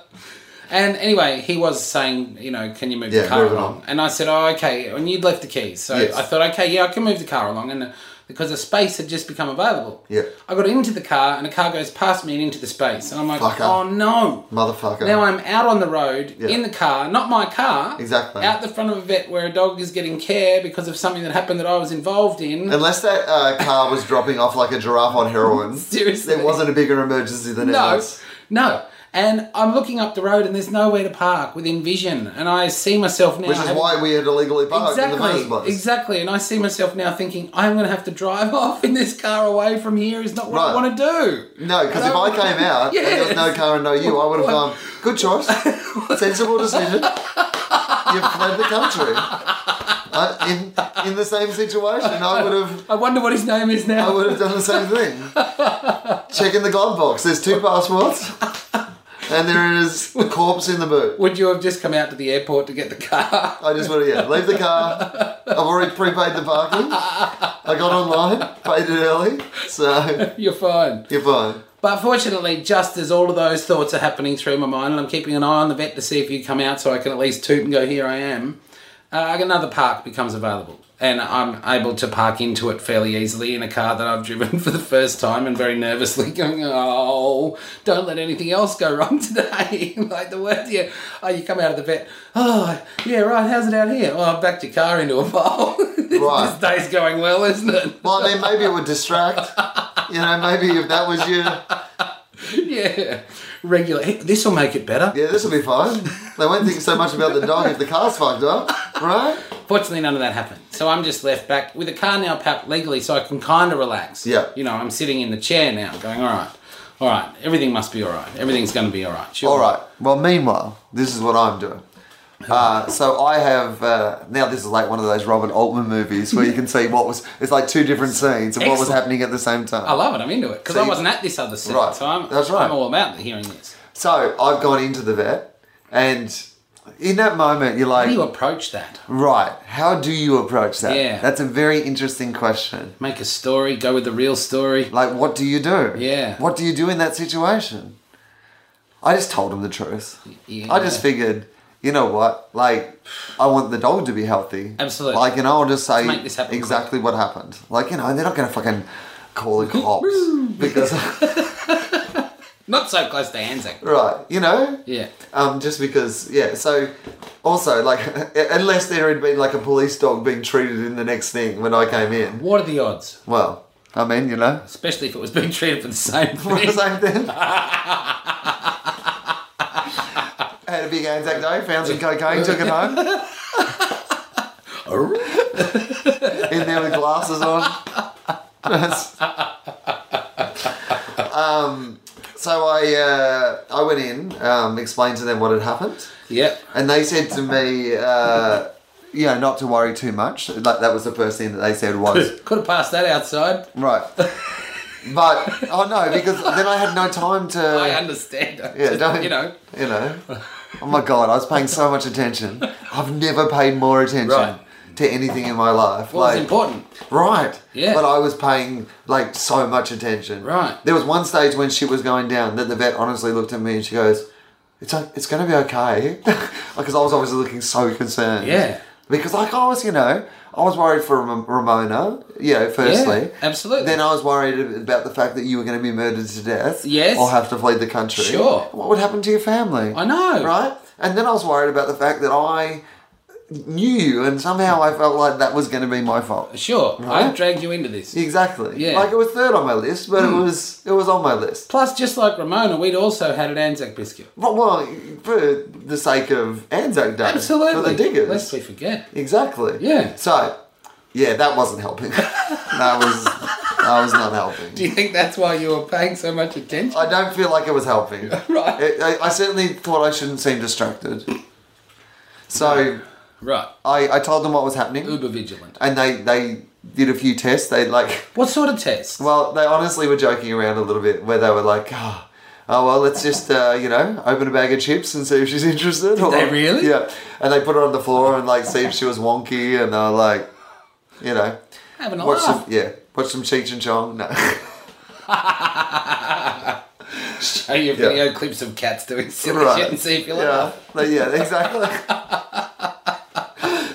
D: And anyway, he was saying, you know, can you move
C: Yeah,
D: the car
C: move it
D: along?
C: on.
D: And I said, oh, okay. And you'd left the keys, so
C: Yes.
D: I thought, okay, yeah, I can move the car along, and. uh, Because a space had just become available.
C: Yeah.
D: I got into the car and a car goes past me and into the space. And I'm like,
C: Fucker.
D: oh no.
C: Motherfucker.
D: Now I'm out on the road
C: Yeah.
D: in the car, not my car.
C: Exactly.
D: Out the front of a vet where a dog is getting care because of something that happened that I was involved in.
C: Unless that uh, car was dropping off like a giraffe on heroin,
D: [LAUGHS] Seriously.
C: there wasn't a bigger emergency than
D: no,
C: ours.
D: no. And I'm looking up the road and there's nowhere to park within vision. And I see myself now.
C: Which is
D: having-
C: why we had illegally parked in the first
D: Exactly.
C: place.
D: Exactly. And I see myself now thinking, I'm going to have to drive [LAUGHS] off in this car away from here is not what
C: Right.
D: I want to do.
C: No, because if I came out and there was no
D: Yes.
C: car and no you, I would have gone, good choice, sensible decision. You've fled the country. I, in, in the same situation, I would have
D: I wonder what his name is now.
C: I would have done the same thing. Check in the glove box. There's two passports. and there is a corpse in the boot.
D: Would you have just come out to the airport to get the car? [LAUGHS]
C: I just want to yeah, leave the car. I've already prepaid the parking. I got online, paid it early, so
D: You're fine.
C: you're fine.
D: But fortunately, just as all of those thoughts are happening through my mind, and I'm keeping an eye on the vet to see if you come out so I can at least toot and go, here I am, uh, another park becomes available. And I'm able to park into it fairly easily in a car that I've driven [LAUGHS] for the first time and very nervously [LAUGHS] going, oh, don't let anything else go wrong [LAUGHS] today. like the word, yeah. Oh, you come out of the vet, oh, yeah, right, how's it out here? Oh, I've backed your car into a [LAUGHS] pole.
C: Right.
D: this day's going well, isn't it? [LAUGHS]
C: Well, I mean, maybe it would distract. You know, maybe if that was you, yeah,
D: yeah. Regular. This will make it better.
C: this will be fine. They won't think so much about the dog if the car's fucked up, right?
D: Fortunately, none of that happened. So I'm just left back with a car now packed legally, so I can kind of relax.
C: Yeah.
D: You know, I'm sitting in the chair now, going, all right, all right, everything must be all right. Everything's going to be all right. Sure.
C: All right. Well, meanwhile, this is what I'm doing. Uh, so I have uh, now. This is like one of those Robert Altman movies where you can see what was. It's like two different scenes and what was
D: Excellent.
C: happening at the same time.
D: I love it. I'm into it because
C: So
D: I
C: you-
D: wasn't at this other scene,
C: Right.
D: so I'm,
C: That's right.
D: I'm all about hearing this.
C: So I've gone into the vet, and in that moment, you're
D: How
C: like,
D: do you approach that?
C: right? How do you approach that?
D: Yeah.
C: That's a very interesting question.
D: Make a story. Go with the real story.
C: Like, what do you do?
D: Yeah.
C: What do you do in that situation? I just told him the truth.
D: Yeah.
C: I just figured, you know what? Like, I want the dog to be healthy.
D: Absolutely.
C: Like, and I'll just say
D: make this happen
C: exactly what happened. Like, you know, they're not going to fucking call the
D: [LAUGHS]
C: cops because, [LAUGHS]
D: Not so close to Anzac.
C: right? You know,
D: Yeah.
C: um, just because, yeah. So, also, like, [LAUGHS] unless there had been like a police dog being treated in the next thing when I came in.
D: What are the odds?
C: Well, I mean, you know,
D: Especially if it was being treated for
C: [LAUGHS]
D: the same thing.
C: same
D: [LAUGHS]
C: thing. Had a big Anzac day, found some cocaine, took it
D: [LAUGHS]
C: home. in there with glasses on. That's- um, so I uh, I went in, um, explained to them what had happened,
D: Yep.
C: and they said to me, uh, you know, not to worry too much. Like that was the first thing that they said
D: [LAUGHS]
C: was
D: Could have passed that outside.
C: right. But oh no, because then I had no time to.
D: I understand.
C: Yeah,
D: [LAUGHS] Just,
C: don't
D: you know.
C: You know. Oh my god, I was paying so much attention. I've never paid more attention
D: Right.
C: to anything in my life.
D: What was
C: like,
D: important?
C: Right.
D: Yeah.
C: But I was paying like so much attention.
D: Right.
C: There was one stage when shit was going down that the vet honestly looked at me and she goes, "It's o- it's going to be okay," [LAUGHS] because I was obviously looking so concerned.
D: Yeah.
C: Because like I was, you know, I was worried for Ram- Ramona. You know, firstly.
D: absolutely.
C: Then I was worried about the fact that you were going to be murdered to death.
D: Yes.
C: Or have to flee the country.
D: Sure.
C: What would happen to your family?
D: I know.
C: Right. And then I was worried about the fact that I knew you and somehow I felt like that was going to be my fault.
D: Sure,
C: Right?
D: I've dragged you into this.
C: Exactly.
D: Yeah. Hmm.
C: Like it was third on my list, but it was it was on my list.
D: Plus, just like Ramona, we'd also had an Anzac biscuit.
C: But well, for the sake of Anzac Day.
D: Absolutely.
C: For the diggers.
D: Lest we forget.
C: Exactly.
D: Yeah.
C: So, yeah, that wasn't
D: [LAUGHS]
C: helping. that was that was not helping.
D: Do you think that's why you were paying so much attention?
C: I don't feel like it was helping.
D: [LAUGHS] Right.
C: It- I, I certainly thought I shouldn't seem distracted. So
D: Right.
C: I, I told them what was happening,
D: Uber vigilant.
C: and they they did a few tests. They like
D: What sort of test?
C: Well, they honestly were joking around a little bit where they were like, oh, oh well, let's just, uh, you know, open a bag of chips and see if she's interested. Did
D: they really?
C: Yeah. And they put her on the floor and, like, see if she was wonky and they were like, you know,
D: Having a
C: watch some,
D: laugh.
C: yeah, watch some Cheech and Chong.
D: [LAUGHS]
C: No.
D: Show you video clips of cats doing silly
C: Right.
D: shit and see if you
C: yeah.
D: laugh.
C: They- yeah,
D: [LAUGHS]
C: exactly.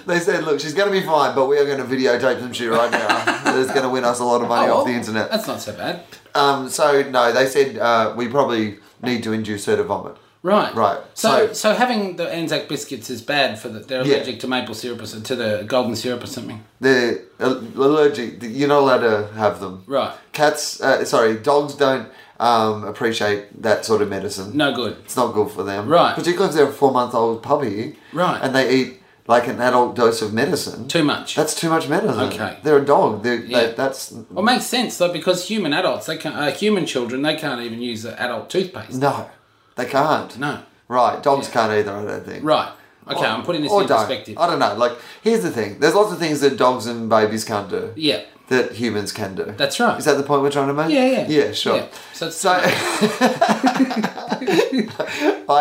C: they said, look, she's going to be fine, but we are going to videotape some shit right now. That's going to win us a lot of money
D: well,
C: off the internet.
D: Oh, That's not so bad.
C: Um, so, no, they said uh, we probably need to induce her to vomit.
D: Right.
C: Right.
D: So,
C: So-
D: so, having the Anzac biscuits is bad for the. They're
C: Yeah.
D: allergic to maple syrup or so- to the golden syrup or something.
C: They're al- allergic. You're not allowed to have them.
D: Right.
C: Cats, uh, sorry, dogs don't um, appreciate that sort of medicine.
D: No good.
C: It's not good for them.
D: Right.
C: Particularly if they're a four month old puppy.
D: Right.
C: And they eat like an adult dose of medicine.
D: Too much.
C: That's too much medicine.
D: Okay.
C: They're a dog. They're,
D: Yeah.
C: they, that's.
D: Well, it makes sense though because human adults, they can't. Uh, human children, they can't even use the adult toothpaste.
C: No. They can't.
D: No.
C: Right. Dogs can't either, I don't think.
D: Right. Okay, I'm putting this
C: Or
D: in
C: don't.
D: perspective.
C: I don't know. Like, here's the thing there's lots of things that dogs and babies can't do.
D: Yeah.
C: That humans can do.
D: That's right.
C: Is that the point we're trying to make? [LAUGHS]
D: Yeah, yeah.
C: Yeah, sure.
D: So, it's,
C: So I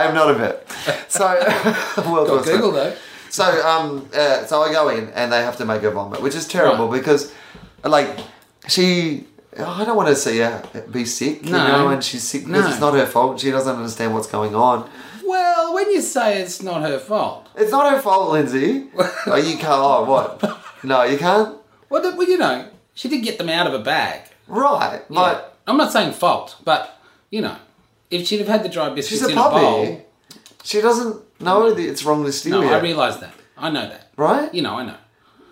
C: am not a vet. So, [LAUGHS] World War
D: Got Google
C: II.
D: though.
C: So um, uh, so I go in and they have to make her vomit, which is terrible
D: Right.
C: because, like, she. I don't want to see her be sick, you
D: No.
C: know, and she's sick because
D: No.
C: it's not her fault. She doesn't understand what's going on.
D: Well, when you say it's not her fault,
C: It's not her fault,
D: [LAUGHS]
C: Lindsay. oh, you can't. Oh, what? No, you can't.
D: well, th- well, you know, she did get them out of a bag.
C: Right, like
D: I'm not saying fault, but you know, if she'd have had the dry biscuits
C: she's a
D: in a
C: puppy.
D: bowl,
C: She doesn't know that it's wrong to steal
D: no,
C: yet,
D: I realise that. I know that.
C: right?
D: You know, I know.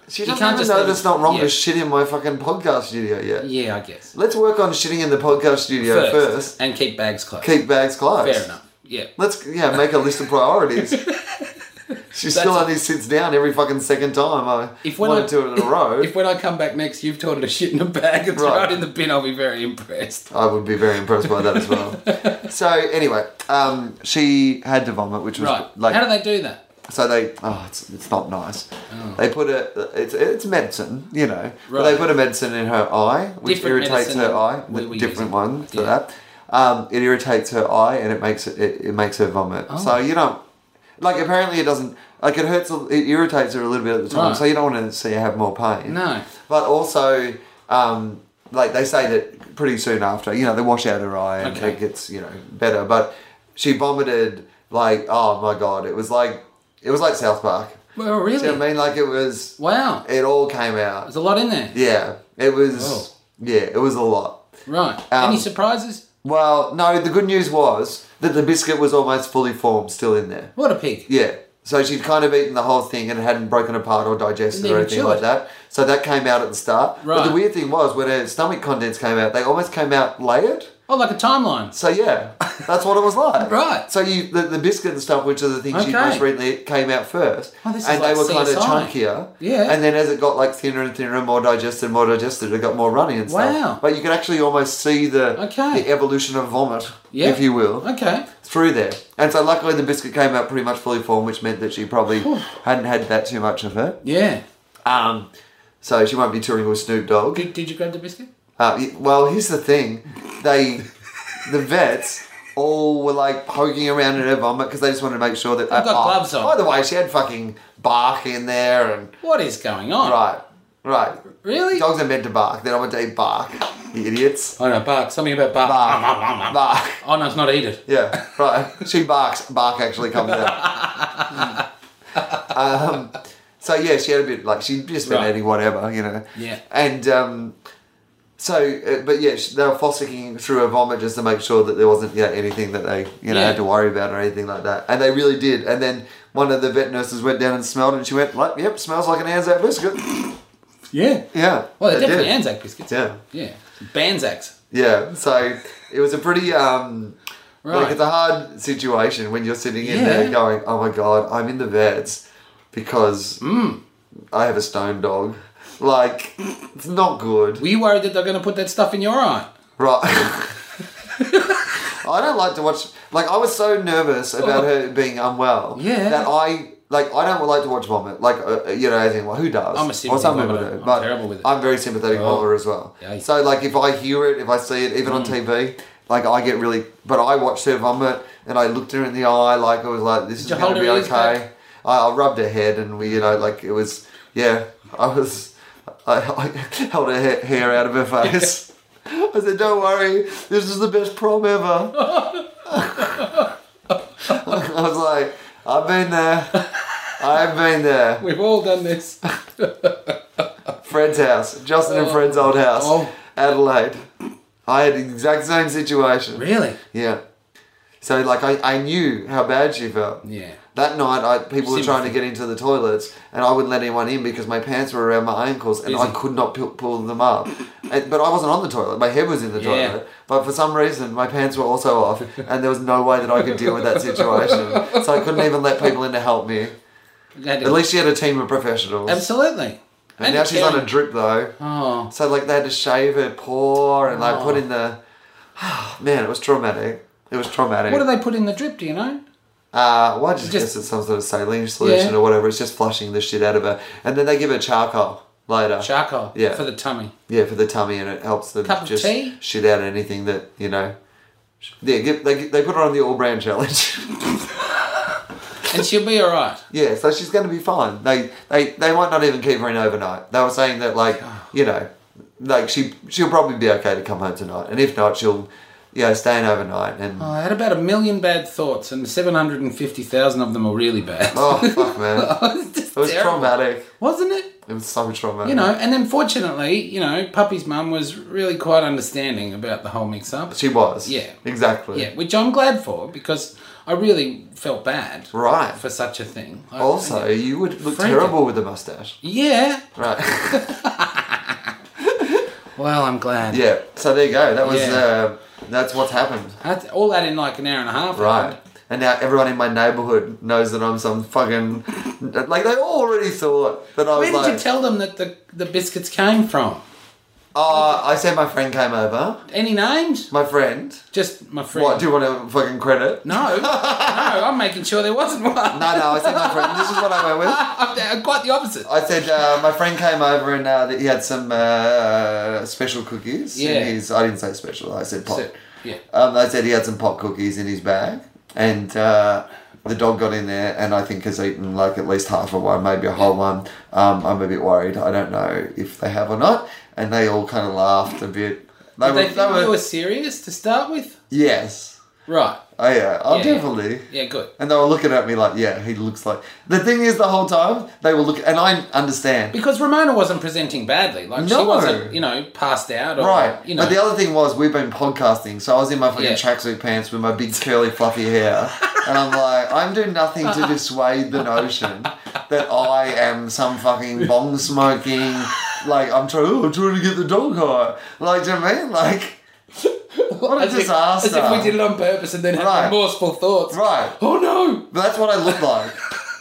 C: she doesn't
D: can't
C: even
D: just
C: know
D: leave-
C: that's not wrong
D: yeah.
C: to shit in my fucking podcast studio yet.
D: Yeah, I guess.
C: Let's work on shitting in the podcast studio first.
D: and keep bags closed.
C: Keep bags closed.
D: Fair enough. Yeah.
C: Let's yeah make a list of
D: [LAUGHS]
C: priorities. she still only sits down every fucking second time. I
D: If when
C: want
D: I-
C: to do it in
D: [LAUGHS]
C: a row.
D: If when I come back next, you've taught her to shit in a bag [LAUGHS] and throw
C: Right.
D: it in the bin, I'll be very impressed.
C: I would be very impressed by that as
D: [LAUGHS]
C: well. so anyway, um, she had to vomit, which was
D: Right.
C: like
D: How do they do that?
C: So they, oh, it's, it's not nice. They put a, it's, it's medicine, you know. But they
D: Oh. Right.
C: put a medicine in her eye, which
D: Different
C: irritates
D: medicine
C: her
D: than
C: eye.
D: we
C: the
D: were
C: different
D: using.
C: one for
D: Yeah.
C: that. Um, it irritates her eye, and it makes it, it, it makes her vomit.
D: Oh.
C: So you don't, like apparently it doesn't, like it hurts, a- it irritates her a little bit at the time.
D: Right.
C: So you don't want to see her have more pain.
D: No.
C: But also, um, like they say that pretty soon after, you know, they wash out her eye and
D: Okay.
C: it gets, you know, better. But she vomited like, oh my god, it was like it was like South Park.
D: Well,
C: Do you know what I
D: really?
C: mean? Like it was
D: Wow.
C: it all came out.
D: There's a lot in there.
C: Yeah. It was
D: Oh.
C: yeah, it was a lot.
D: Right.
C: Um,
D: Any surprises?
C: Well, no, the good news was that the biscuit was almost fully formed still in there.
D: What a pig.
C: Yeah. So she'd kind of eaten the whole thing and hadn't broken apart or digested
D: Didn't
C: or
D: even
C: anything
D: chew
C: like
D: it.
C: that. So that came out at the start. But the
D: Right.
C: weird thing was when her stomach contents came out, they almost came out layered.
D: Oh, like a timeline.
C: So yeah, that's what it was like.
D: [LAUGHS] Right.
C: So you the, the biscuit and stuff, which are the things she
D: Okay.
C: most recently came out first,
D: Oh, this is
C: and
D: like
C: they were kind of
D: CSI.
C: chunkier.
D: Yeah.
C: And then as it got like thinner and thinner and more digested, more digested, it got more runny and stuff.
D: Wow.
C: But you could actually almost see the
D: Okay.
C: the evolution of vomit,
D: Yeah.
C: if you will,
D: Okay.
C: through there. And so luckily the biscuit came out pretty much fully formed, which meant that she probably hadn't had that too much of it.
D: Yeah.
C: Um. So she won't be touring with Snoop Dogg.
D: Did, did you grab the biscuit?
C: Uh, y- well, here's the thing: they, the vets, all were like poking around in her vomit because they just wanted to make sure that. I've
D: got gloves on.
C: By the way, she had fucking bark in there, and
D: What is going on?
C: right, right.
D: Really?
C: Dogs are meant to bark. They don't want to eat bark. You idiots.
D: Oh no, bark. Something about bark.
C: Bark.
D: Nom, nom, nom, nom.
C: Bark.
D: Oh no, it's not eat it.
C: Yeah, right. She barks. Bark actually comes out.
D: [LAUGHS]
C: um, so yeah, she had a bit like she'd just been
D: Right.
C: eating whatever, you know.
D: Yeah.
C: And um, so, uh, but yeah, she- they were fossicking through her vomit just to make sure that there wasn't you know, anything that they you know
D: Yeah.
C: had to worry about or anything like that. And they really did. And then one of the vet nurses went down and smelled, it and she went like, "Yep, smells like an Anzac biscuit."
D: Yeah.
C: Yeah.
D: Well, they're
C: they
D: definitely
C: did.
D: Anzac biscuits.
C: Yeah.
D: Yeah. Banzacs.
C: Yeah. So it was a pretty um like
D: Right.
C: it's a hard situation when you're sitting in
D: Yeah.
C: there going, Oh my god, I'm in the vets because
D: Mm.
C: I have a stone dog. Like it's not good.
D: Were you worried that they're going to put that stuff in your eye?
C: Right. I don't like to watch like I was so nervous about her being unwell.
D: Yeah.
C: That I like I don't like to watch vomit. Like uh, you know, as in well, who does?
D: I'm a
C: Or some
D: sympathetic
C: people
D: vomiter.
C: do,
D: I'm
C: but
D: terrible with it. Oh,
C: I'm very sympathetic vomiter as well.
D: Yeah.
C: So like if I hear it, if I see it, even
D: Mm.
C: on TV, like I get really. But I watched her vomit, and I looked her in the eye, like I was like, "This
D: you
C: is going
D: hold
C: to
D: her
C: be
D: ears
C: okay."
D: back?
C: I, I rubbed her head, and we, you know, like it was, yeah, I was, I, [LAUGHS] I held her ha- hair out of her face. I said, "Don't worry, this is the best prom ever." [LAUGHS]
D: [LAUGHS]
C: I was like, "I've been there." I've been there.
D: We've all
C: [LAUGHS]
D: done this.
C: Fred's house. Justin and Fred's old house.
D: Oh.
C: Adelaide. I had the exact same situation.
D: really?
C: Yeah. So like I, I knew how bad she felt.
D: Yeah.
C: That night I people were
D: Sympathy.
C: trying to get into the toilets and I wouldn't let anyone in because my pants were around my ankles and I
D: Busy.
C: could not pu- pull them
D: [LAUGHS]
C: up. And- but I wasn't on the toilet. My head was in the
D: Yeah.
C: toilet. But for some reason my pants were also off and there was no way that I could deal with that
D: [LAUGHS]
C: situation. so I couldn't even let people in to help me. At least she had a team of professionals.
D: Absolutely.
C: And now she's on a drip though.
D: Oh.
C: So like they had to shave her paw and like put in the [SIGHS] man, it was traumatic. It was traumatic.
D: What do they put in the drip? Do you know?
C: Uh, well, I just,
D: Just-
C: guess it's some sort of saline solution
D: Yeah.
C: or whatever. It's just flushing the shit out of her, and then they give her charcoal later.
D: Charcoal.
C: Yeah.
D: For the tummy.
C: yeah, for the tummy, and it helps them
D: Cup of
C: just
D: tea?
C: shit out anything that you know. Yeah, give, they they put her on the all brand challenge. [LAUGHS]
D: and she'll be all right.
C: Yeah, so she's going to be fine. They, they they might not even keep her in overnight. They were saying that like you know, like she she'll probably be okay to come home tonight, and if not, she'll you know stay in overnight. And
D: I had about a million bad thoughts, and 750,000 of them were really bad.
C: oh fuck
D: [LAUGHS]
C: man,
D: It's just
C: it was
D: terrible.
C: traumatic.
D: Wasn't it?
C: It was so traumatic.
D: You know, and then fortunately, you know, Puppy's mum was really quite understanding about the whole mix up.
C: she was.
D: Yeah.
C: exactly.
D: Yeah, which I'm glad for because I really felt bad
C: Right.
D: for such a thing. I-
C: Also, you would look
D: Frantic.
C: terrible with a mustache.
D: Yeah.
C: Right.
D: Well, I'm
C: [LAUGHS]
D: glad.
C: yeah. So there you go. That was
D: Yeah.
C: uh, that's what's happened.
D: That's- all that in like an hour and a half.
C: Right. And now everyone in my neighbourhood knows that I'm some fucking like they already thought that I was
D: Where did
C: like.
D: you tell them that the, the biscuits came from?
C: Uh, I said my friend came over.
D: Any names?
C: My friend.
D: Just my friend.
C: What? Do you want to fucking credit?
D: No, no, I'm making sure there wasn't one.
C: No, no. I said my friend. This is what I went with.
D: [LAUGHS] I'm uh, quite the opposite.
C: I said uh, my friend came over and uh, he had some uh, special cookies. in
D: Yeah.
C: his- I didn't say special. I said pop.
D: So, yeah.
C: Um, I said he had some pop cookies in his bag, and uh, the dog got in there, and I think has eaten like at least half of one, maybe a whole one. Um, I'm a bit worried. I don't know if they have or not. And they all kind of laughed a bit. They were.
D: Did they
C: they
D: think
C: were
D: you were serious to start with?
C: yes.
D: Right.
C: Oh yeah. Oh,
D: Yeah.
C: definitely.
D: Yeah, good.
C: And they were looking at me like, yeah, he looks like. The thing is, the whole time they were looking, and I understand,
D: Because Ramona wasn't presenting badly. Like, she
C: No.
D: wasn't, you know, passed out or,
C: right?
D: you know.
C: But the other thing was, we've been podcasting, so I was in my fucking
D: Yeah.
C: tracksuit pants with my big curly fluffy hair, and I'm like, I'm doing nothing to dissuade the notion that I am some fucking bong smoking, like I'm trying, oh, I'm trying to get the dog high. Like, do you know what I mean like? What a
D: as if-
C: disaster!
D: As if we did it on purpose and then had
C: Right.
D: remorseful thoughts.
C: Right.
D: Oh, no.
C: But that's what I look like.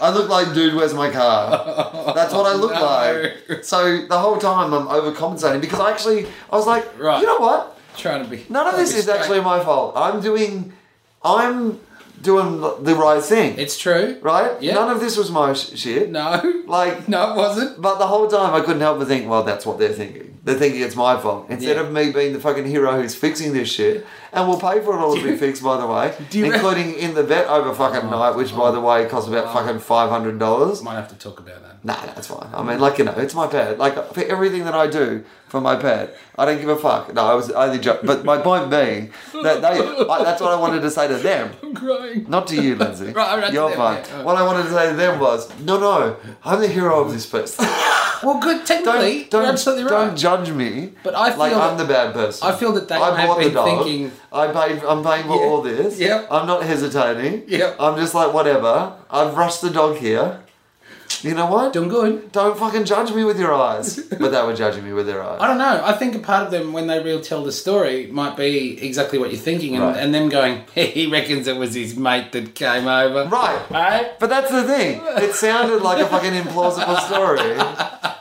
C: I look like, dude, where's my car? That's what I look
D: [LAUGHS] No.
C: like. So the whole time I'm overcompensating because I actually, I was like,
D: Right.
C: you know what?
D: Trying to be.
C: None of
D: trying to
C: this
D: be
C: is
D: straight.
C: actually my fault. I'm doing, I'm doing the right thing,
D: It's true.
C: right?
D: Yeah.
C: None of this was my sh- shit.
D: No.
C: Like,
D: [LAUGHS] No, it wasn't.
C: but the whole time I couldn't help but think, well, that's what they're thinking. They're thinking it's my fault. Instead
D: Yeah.
C: of me being the fucking hero who's fixing this shit, and we'll pay for it
D: [LAUGHS]
C: all to be fixed, by the way,
D: Do you re- Oh,
C: including in the vet over fucking night, which, by the way, cost about fucking five hundred dollars.
D: Might have to talk about that.
C: Nah, that's fine. I mean, like you know, it's my pad. Like for everything that I do for my pad, I don't give a fuck. No, I was only joking. But my point being that they, I, that's what I wanted to say to them.
D: I'm crying.
C: Not to you, Lindsay.
D: [LAUGHS] Right, right to
C: You're
D: them,
C: fine.
D: yeah, right.
C: What I wanted to say to them was, no, no, I'm the hero of this
D: [LAUGHS]
C: place.
D: Well, good. Technically,
C: don't don't,
D: you're absolutely right.
C: don't judge me.
D: But I
C: like
D: feel
C: I'm
D: that-
C: the bad person.
D: I feel that they have
C: bought the
D: been
C: dog.
D: thinking-
C: I paid. I'm paying for
D: Yeah.
C: all this.
D: Yep.
C: I'm not hesitating.
D: Yep.
C: I'm just like whatever. I've rushed the dog here. You know what?
D: Doing good.
C: Don't fucking judge me with your eyes. but they were judging me with their eyes.
D: I don't know. I think a part of them, when they real tell the story, might be exactly what you're thinking, and,
C: Right.
D: and them going, [LAUGHS] he reckons it was his mate that came over.
C: Right.
D: Right?
C: But that's the thing. It sounded like a fucking implausible story.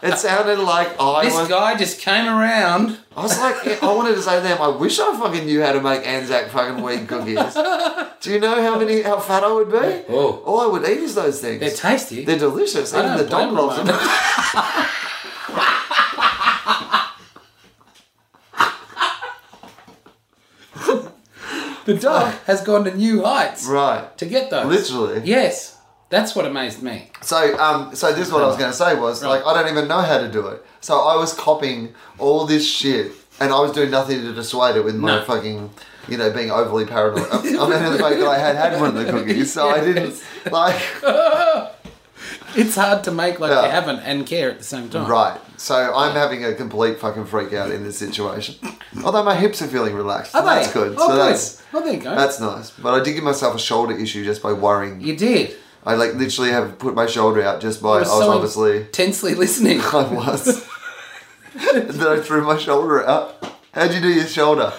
C: It sounded like I
D: This
C: was.
D: guy just came around.
C: I was like, I wanted to say to them, I wish I fucking knew how to make Anzac fucking weed cookies. Do you know how many, how fat I would be?
D: Oh.
C: All I would eat is those things.
D: They're tasty.
C: They're delicious.
D: I
C: Even the
D: don't blame
C: dog loves
D: them,
C: them.
D: the
C: [LAUGHS]
D: dog has gone to new heights
C: right.
D: to get those.
C: Literally.
D: Yes. That's what amazed me.
C: So, um, so this is what I was going to say was like I don't even know how to do it. So I was copying all this shit, and I was doing nothing to dissuade it with my
D: No.
C: fucking, you know, being overly paranoid. I mean, the fact that I had had one of the cookies, so I didn't
D: [LAUGHS]
C: like.
D: Oh. It's hard to make like
C: Yeah.
D: they haven't and care at the same time.
C: Right. So I'm having a complete fucking freak out in this situation. Although my hips are feeling relaxed.
D: Are
C: and that's
D: they?
C: good. so
D: Oh, good.
C: that's
D: well, there you go.
C: that's nice. But I did give myself a shoulder issue just by worrying.
D: you did.
C: I like literally have put my shoulder out just by I
D: I
C: was
D: so
C: obviously
D: intensely [LAUGHS] listening.
C: [LAUGHS] I was. and then I threw my shoulder out. How'd you do your shoulder?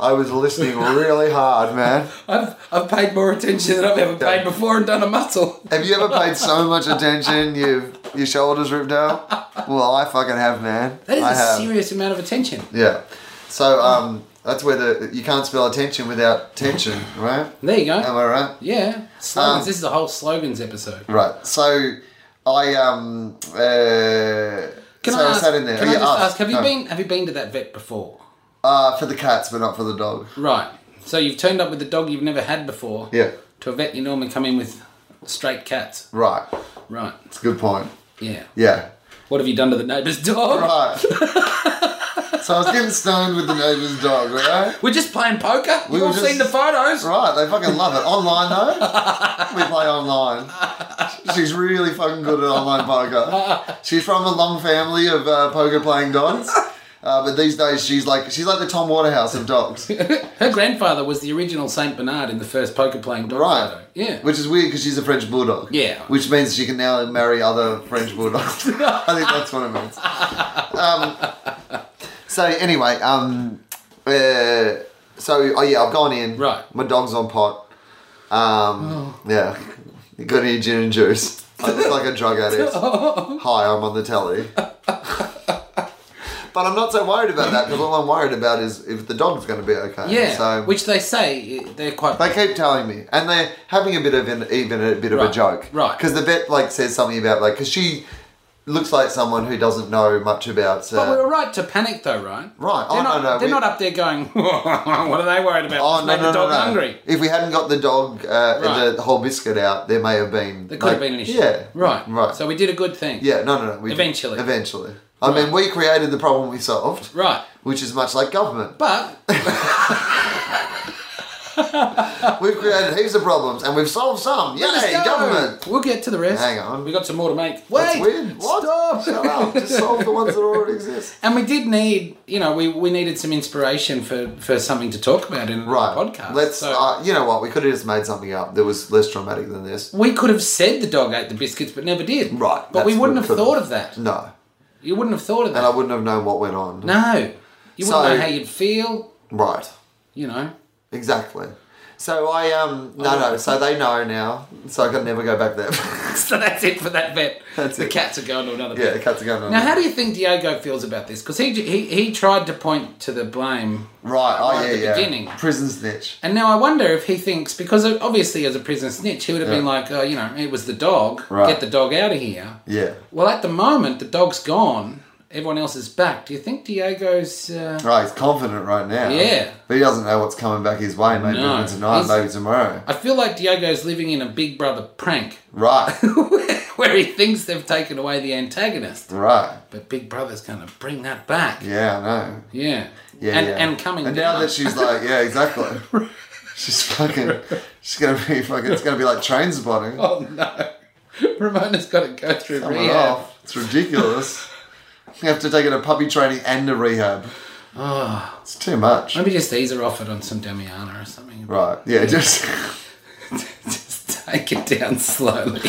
C: I was listening really hard, man.
D: I've, I've paid more attention than I've ever paid before and done a muscle.
C: Have you ever paid so much attention you've your shoulders ripped out? Well, I fucking have, man.
D: That is
C: I
D: a
C: have.
D: serious amount of attention.
C: Yeah. So um, that's where the you can't spell attention without tension, right?
D: There you go.
C: Am I right?
D: yeah. Slogans.
C: Um,
D: this is a whole slogans episode.
C: Right. So I um uh,
D: Can
C: so
D: I
C: I,
D: ask,
C: sat in there.
D: Can
C: Oh,
D: I
C: yeah,
D: just ask, have you
C: No.
D: been have you been to that vet before?
C: uh for the cats but not for the dog?
D: Right. So you've turned up with a dog you've never had before.
C: Yeah.
D: To a vet you normally come in with straight cats.
C: Right.
D: Right.
C: It's a good point.
D: Yeah.
C: Yeah.
D: What have you done to the neighbour's dog?
C: Right. so I was getting stoned with the neighbour's dog, right?
D: We're just playing poker.
C: We
D: You've all
C: were just-
D: seen the photos.
C: Right, they fucking love it. Online though, we play online. She's really fucking good at online poker. She's from a long family of uh, poker playing dogs, uh, but these days she's like she's like the Tom Waterhouse of dogs,
D: Her grandfather was the original Saint Bernard in the first poker playing dog
C: right?
D: photo. Yeah.
C: Which is weird because she's a French bulldog.
D: Yeah.
C: Which means she can now marry other French bulldogs. [LAUGHS] I think that's what it means. Um, so anyway, um, uh, so oh yeah, I've gone in.
D: Right. Oh.
C: My dog's on pot. Um, Yeah. You got any gin and juice? I look like a drug
D: [LAUGHS]
C: addict.
D: Oh.
C: Hi, I'm on the telly. but I'm not so worried about that because all I'm worried about is if the dog's going to be okay.
D: yeah.
C: So
D: Which they say eh, they're quite.
C: they keep telling me, and they're having a bit of an even a bit of a
D: Right,
C: joke,
D: right.
C: Because the vet like says something about like because she looks like someone who doesn't know much about. Uh,
D: but we were right to panic though, right?
C: Right. Oh,
D: They're
C: no,
D: not,
C: no,
D: They're
C: we-
D: not up there going, [LAUGHS] what are they worried about?
C: Oh
D: Let's
C: no,
D: make
C: no,
D: the
C: no,
D: dog
C: no!
D: hungry.
C: If we hadn't got the dog, uh,
D: Right.
C: the whole biscuit out, there may have been.
D: There could have been an issue.
C: Yeah.
D: Right.
C: Right.
D: So we did a good thing.
C: Yeah, no, no, no. We
D: Eventually.
C: Eventually. I mean, we created the problem we solved,
D: Right.
C: which is much like government. [LAUGHS]
D: But
C: We've created heaps of problems and we've solved some.
D: Let's
C: Yay,
D: go.
C: government!
D: We'll get to the rest.
C: Hang on.
D: We got some more to make. Wait.
C: That's weird. What?
D: Stop.
C: Shut up. Just solve the ones that already exist.
D: And we did need, you know, we, we needed some inspiration for, for something to talk about in a
C: Right.
D: podcast.
C: Let's,
D: So
C: uh, you know what? We could have just made something up that was less traumatic than this.
D: we could have said the dog ate the biscuits, but never did.
C: Right.
D: But we
C: that's-
D: wouldn't have
C: could've.
D: thought of that.
C: No.
D: You wouldn't have thought of
C: And I
D: that.
C: wouldn't have known what went on.
D: No. You wouldn't
C: So-
D: know how you'd feel.
C: Right.
D: You
C: [LAUGHS]
D: know.
C: Exactly. So I, um, no, no. So they know now. So I can never go back there. [LAUGHS]
D: So that's it for that vet.
C: That's
D: the
C: it.
D: cats are going to another
C: yeah,
D: vet.
C: the cats are going on.
D: Now, how do you think Diego feels about this? Because he, he he tried to point to the blame
C: Right. Oh,
D: Right
C: yeah,
D: at the
C: yeah.
D: beginning.
C: Prison snitch.
D: And now I wonder if he thinks because obviously as a prison snitch he would have been like, oh, you know, it was the dog.
C: Right.
D: Get the dog out of here.
C: Yeah.
D: Well, at the moment the dog's gone. Everyone else is back. Do you think Diego's? Uh,
C: Right, he's confident right now.
D: Yeah.
C: But he doesn't know what's coming back his way, maybe
D: No,
C: even tonight,
D: he's-
C: maybe tomorrow.
D: I feel like Diego's living in a Big Brother prank [LAUGHS]
C: Right, [LAUGHS]
D: where he thinks they've taken away the antagonist,
C: right.
D: but Big Brother's going to bring that back.
C: Yeah, I know.
D: Yeah.
C: Yeah,
D: and,
C: yeah.
D: and coming
C: And now
D: down.
C: that she's like, yeah, exactly. she's fucking, she's gonna be fucking, it's gonna be like train spotting.
D: [LAUGHS] oh no, Ramona's got to go through
C: Come on
D: rehab.
C: off. It's ridiculous. you have to take it to puppy training and to rehab. It's too much.
D: Ah. Maybe just ease her off it on some Demiana or something.
C: Right, yeah, just,
D: [LAUGHS]
C: [LAUGHS]
D: Just take it
C: [LAUGHS]
D: down slowly.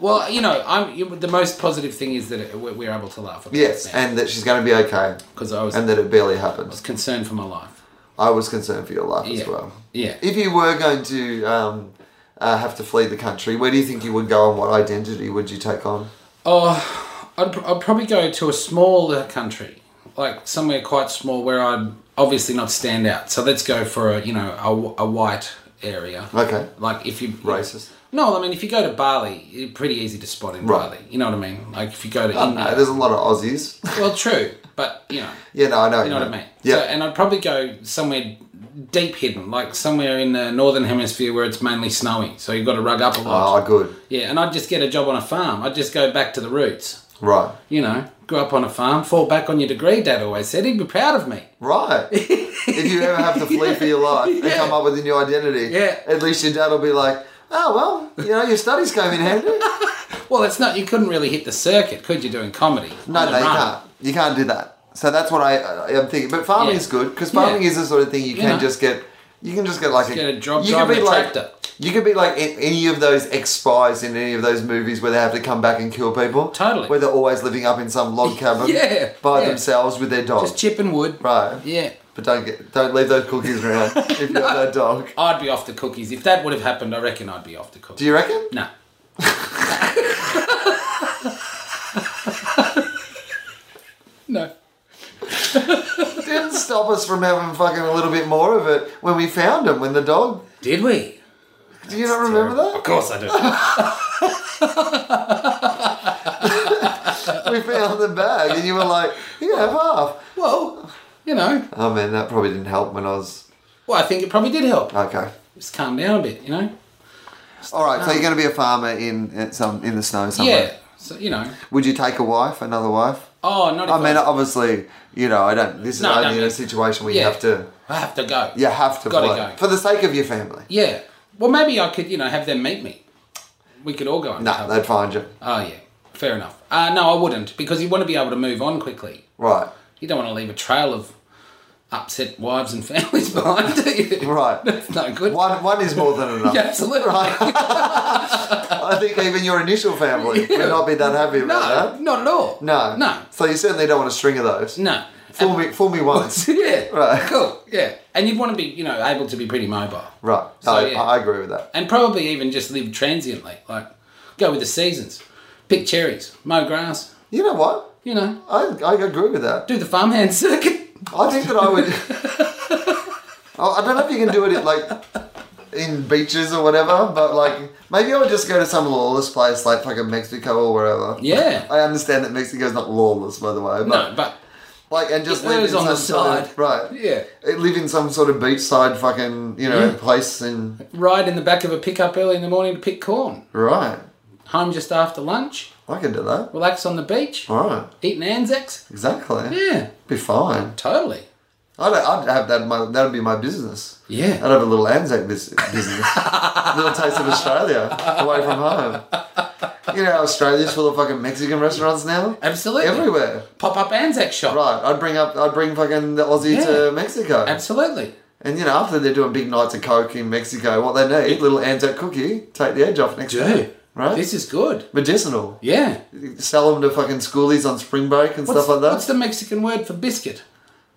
D: well, you know, I'm you, the most positive thing is that it, we're, we're able to laugh about
C: yes, and that she's gonna be okay.
D: because I was
C: And that it barely happened.
D: concerned for my life.
C: I was concerned for your life
D: Yeah.
C: as well.
D: Yeah.
C: If you were going to um, uh, have to flee the country, where do you think you would go and what identity would you take on?
D: Oh, I'd, pr- I'd probably go to a smaller country, like somewhere quite small where I'd obviously not stand out. So let's go for a you know a w- a, white area.
C: Okay.
D: Like if you
C: Racist.
D: No, I mean if you go to Bali, it's pretty easy to spot in
C: Right.
D: Bali. You know what I mean? Like if you go
C: I
D: to
C: don't know,
D: India.
C: Uh, there's a lot of Aussies.
D: Well, true, but you know.
C: yeah, no, I know.
D: You know what I mean?
C: Yeah.
D: So, and I'd probably go somewhere deep hidden, like somewhere in the northern hemisphere where it's mainly snowy. So you've got to rug up a lot.
C: oh, good.
D: Yeah, and I'd just get a job on a farm. I'd just go back to the roots.
C: Right.
D: You know, grew up on a farm, fall back on your degree, Dad always said. He'd be proud of me. [LAUGHS]
C: Right. if you ever have to flee for your life and
D: Yeah.
C: come up with a new identity,
D: Yeah.
C: at least your dad will be like, oh, well, you know, your studies came in
D: [LAUGHS]
C: handy.
D: Well, it's not, you couldn't really hit the circuit, could you, doing comedy?
C: No,
D: On the
C: no, you
D: run.
C: can't. You can't do that. So that's what I, I am thinking. But farming
D: Yeah.
C: is good because farming
D: Yeah.
C: is the sort of thing you can
D: know.
C: just get. You can just get like
D: get a job
C: could
D: driving a
C: like,
D: tractor.
C: You could be like in any of those ex spies in any of those movies where they have to come back and kill people.
D: Totally.
C: Where they're always living up in some
D: [LAUGHS]
C: log cabin.
D: Yeah,
C: By
D: yeah.
C: themselves with their dog.
D: Just chipping wood.
C: right.
D: Yeah.
C: But don't get don't leave those cookies
D: [LAUGHS]
C: around if you have that dog.
D: I'd be off the cookies. If that would have happened, I reckon I'd be off the cookies.
C: Do you reckon?
D: no. [LAUGHS] no.
C: Didn't stop us from having fucking a little bit more of it when we found him. When the dog.
D: Did we?
C: Do you not remember that?
D: Of course I do.
C: we found the bag, and you were like, "You have half."
D: well, you know.
C: Oh man, that probably didn't help when I was
D: Well, I think it probably did help.
C: okay.
D: Just calm down a bit, you know.
C: All right, so you're going to be a farmer in at some in the snow somewhere.
D: Yeah. So you know.
C: Would you take a wife, another wife?
D: Oh, not. If
C: I mean, obviously, you know, I don't. This is
D: No, I
C: only
D: don't
C: in a
D: mean-
C: situation where
D: Yeah.
C: you have to.
D: I have to go.
C: You have to
D: Gotta
C: play.
D: go.
C: for the sake of your family.
D: Yeah. Well, maybe I could, you know, have them meet me. We could all go on.
C: No, they'd find you.
D: Oh yeah, fair enough. Uh, no, I wouldn't because you want to be able to move on quickly.
C: Right,
D: You don't want to leave a trail of upset wives and [LAUGHS] families behind, do you?
C: right.
D: [LAUGHS] That's no good.
C: One, one is more
D: [LAUGHS]
C: than enough.
D: Yeah, absolutely.
C: [LAUGHS] I think even your initial family
D: [LAUGHS]
C: would not be that happy
D: No,
C: about
D: not at all.
C: that. No,
D: No.
C: So you certainly don't want a string of those.
D: No.
C: Fool me, fool me once.
D: [LAUGHS] yeah.
C: Right.
D: Cool. Yeah. And you'd want to be, you know, able to be pretty mobile.
C: right.
D: So,
C: I,
D: yeah.
C: I agree with that.
D: And probably even just live transiently. Like, go with the seasons. Pick cherries, mow grass,
C: You know what?
D: you know,
C: I, I agree with that.
D: do the farmhand [LAUGHS] circuit.
C: I think that I
D: [LAUGHS]
C: would. Oh, I don't know if you can do it at, like in beaches or whatever, but like maybe I would just go to some lawless place like fucking Mexico or wherever.
D: Yeah.
C: I understand that Mexico's not lawless, by the way, but
D: No, but
C: like and just
D: It
C: live
D: is
C: in
D: on
C: some
D: the
C: sort of-
D: side.
C: right?
D: Yeah. Mm.
C: It- live in some sort of beachside fucking you know
D: Yeah.
C: place and
D: ride in the back of a pickup early in the morning to pick corn.
C: right.
D: Home just after lunch,
C: I can do that.
D: relax on the beach,
C: All right,
D: eating Anzacs.
C: exactly.
D: Yeah,
C: Be fine.
D: totally.
C: I'd, I'd have that. in My that'd be my business. I'd
D: Yeah.
C: have a little Anzac bus-
D: [LAUGHS]
C: business, little taste of Australia away from home. You know, how Australia's full of fucking Mexican restaurants now.
D: Absolutely.
C: Everywhere,
D: Pop up Anzac shop.
C: right? I'd bring up, I'd bring fucking the Aussie
D: Yeah.
C: to Mexico,
D: Absolutely.
C: and you know, after they're doing big nights of coke in Mexico, what they need, little Anzac cookie, take the edge off next day,
D: Dude,
C: right?
D: This is good.
C: Medicinal.
D: Yeah.
C: Sell them to fucking schoolies on spring break and
D: What's,
C: stuff like
D: what's
C: that.
D: the Mexican word for biscuit?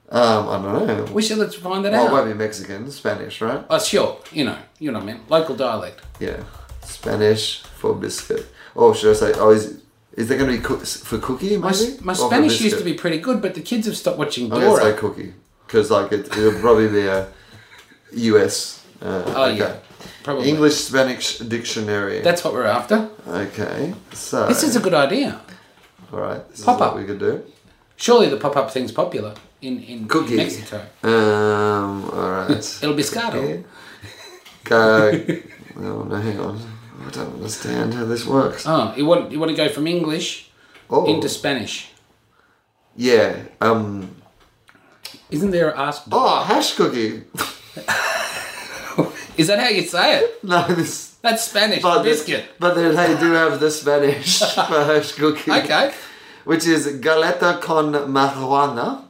C: um, I don't know.
D: We should let's find that
C: well, it
D: out.
C: won't be Mexican, Spanish, right?
D: Oh, sure. You know, you know what I mean. Local dialect.
C: Yeah, Spanish for biscuit. Oh, should I say? Oh, is is that going to be cook, for cookie? Maybe?
D: My, s- my
C: Or for
D: Spanish used
C: biscuit? Oh,
D: to be pretty good, but the kids have stopped watching
C: I'm going to
D: Dora.
C: say cookie because like it, it'll probably be a U.S. Uh,
D: Oh,
C: okay.
D: yeah. Probably.
C: English Spanish dictionary.
D: That's what we're after.
C: okay. So
D: This is a good idea.
C: all right. This
D: pop
C: is what
D: up.
C: we could do.
D: Surely the pop up thing's popular in, in, in
C: Cookie.
D: Mexico.
C: Um. All
D: [LAUGHS]
C: right.
D: El Biscado.
C: Okay. Go. oh no, hang on. I don't understand how this works.
D: Oh, you want you want to go from English
C: oh.
D: into Spanish?
C: yeah. Um.
D: Isn't there a ask?
C: Oh, hash cookie. [LAUGHS]
D: Is that how you say it?
C: no, this.
D: That's Spanish
C: But
D: biscuit.
C: but then they do have the
D: [LAUGHS]
C: Spanish for hash cookie.
D: Okay.
C: Which is galeta con marijuana.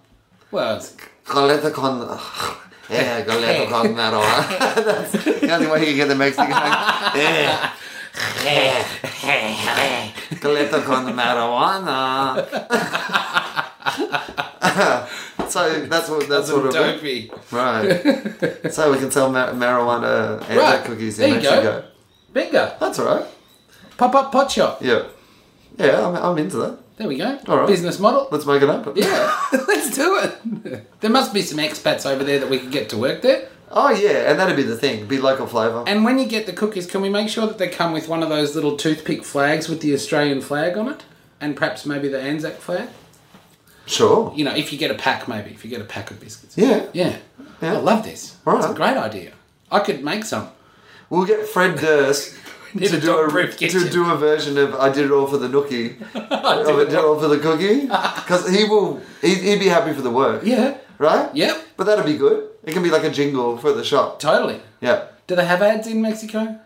D: Well, it's-
C: Galeta con.
D: [LAUGHS]
C: Yeah, galeta con marijuana. [LAUGHS] That's the only way you get the Mexican accent.
D: [LAUGHS]
C: Yeah. [LAUGHS] galeta con marijuana. [LAUGHS] so that's what that's what it would be.
D: dopey.
C: Right. So we can sell ma- marijuana and
D: Right.
C: cookies
D: There
C: in
D: you go.
C: Mexico.
D: Bingo.
C: That's all right.
D: Pop up pot shop.
C: Yeah. Yeah, I'm, I'm into that.
D: There we go.
C: All right.
D: Business model.
C: Let's make it happen.
D: Yeah, [LAUGHS] let's do it. [LAUGHS] There must be some expats over there that we could get to work there.
C: Oh, yeah, and that'd be the thing. Be local flavour.
D: And when you get the cookies, can we make sure that they come with one of those little toothpick flags with the Australian flag on it? And perhaps maybe the Anzac flag?
C: Sure.
D: You know, if you get a pack, maybe, if you get a pack of biscuits.
C: Yeah.
D: Yeah.
C: Yeah.
D: I love this.
C: All
D: It's a
C: right.
D: great idea. I could make some.
C: We'll get Fred Durst
D: need
C: to
D: a
C: do a
D: dog-proof kitchen.
C: to do a version of "I did it all for the
D: [LAUGHS]
C: nookie," of "I did it all for the cookie," because he will he'd, he'd be happy for the work.
D: Yeah.
C: Right.
D: Yep.
C: But that'd be good. It can be like a jingle for the shop.
D: Totally.
C: Yeah.
D: Do they have ads in Mexico?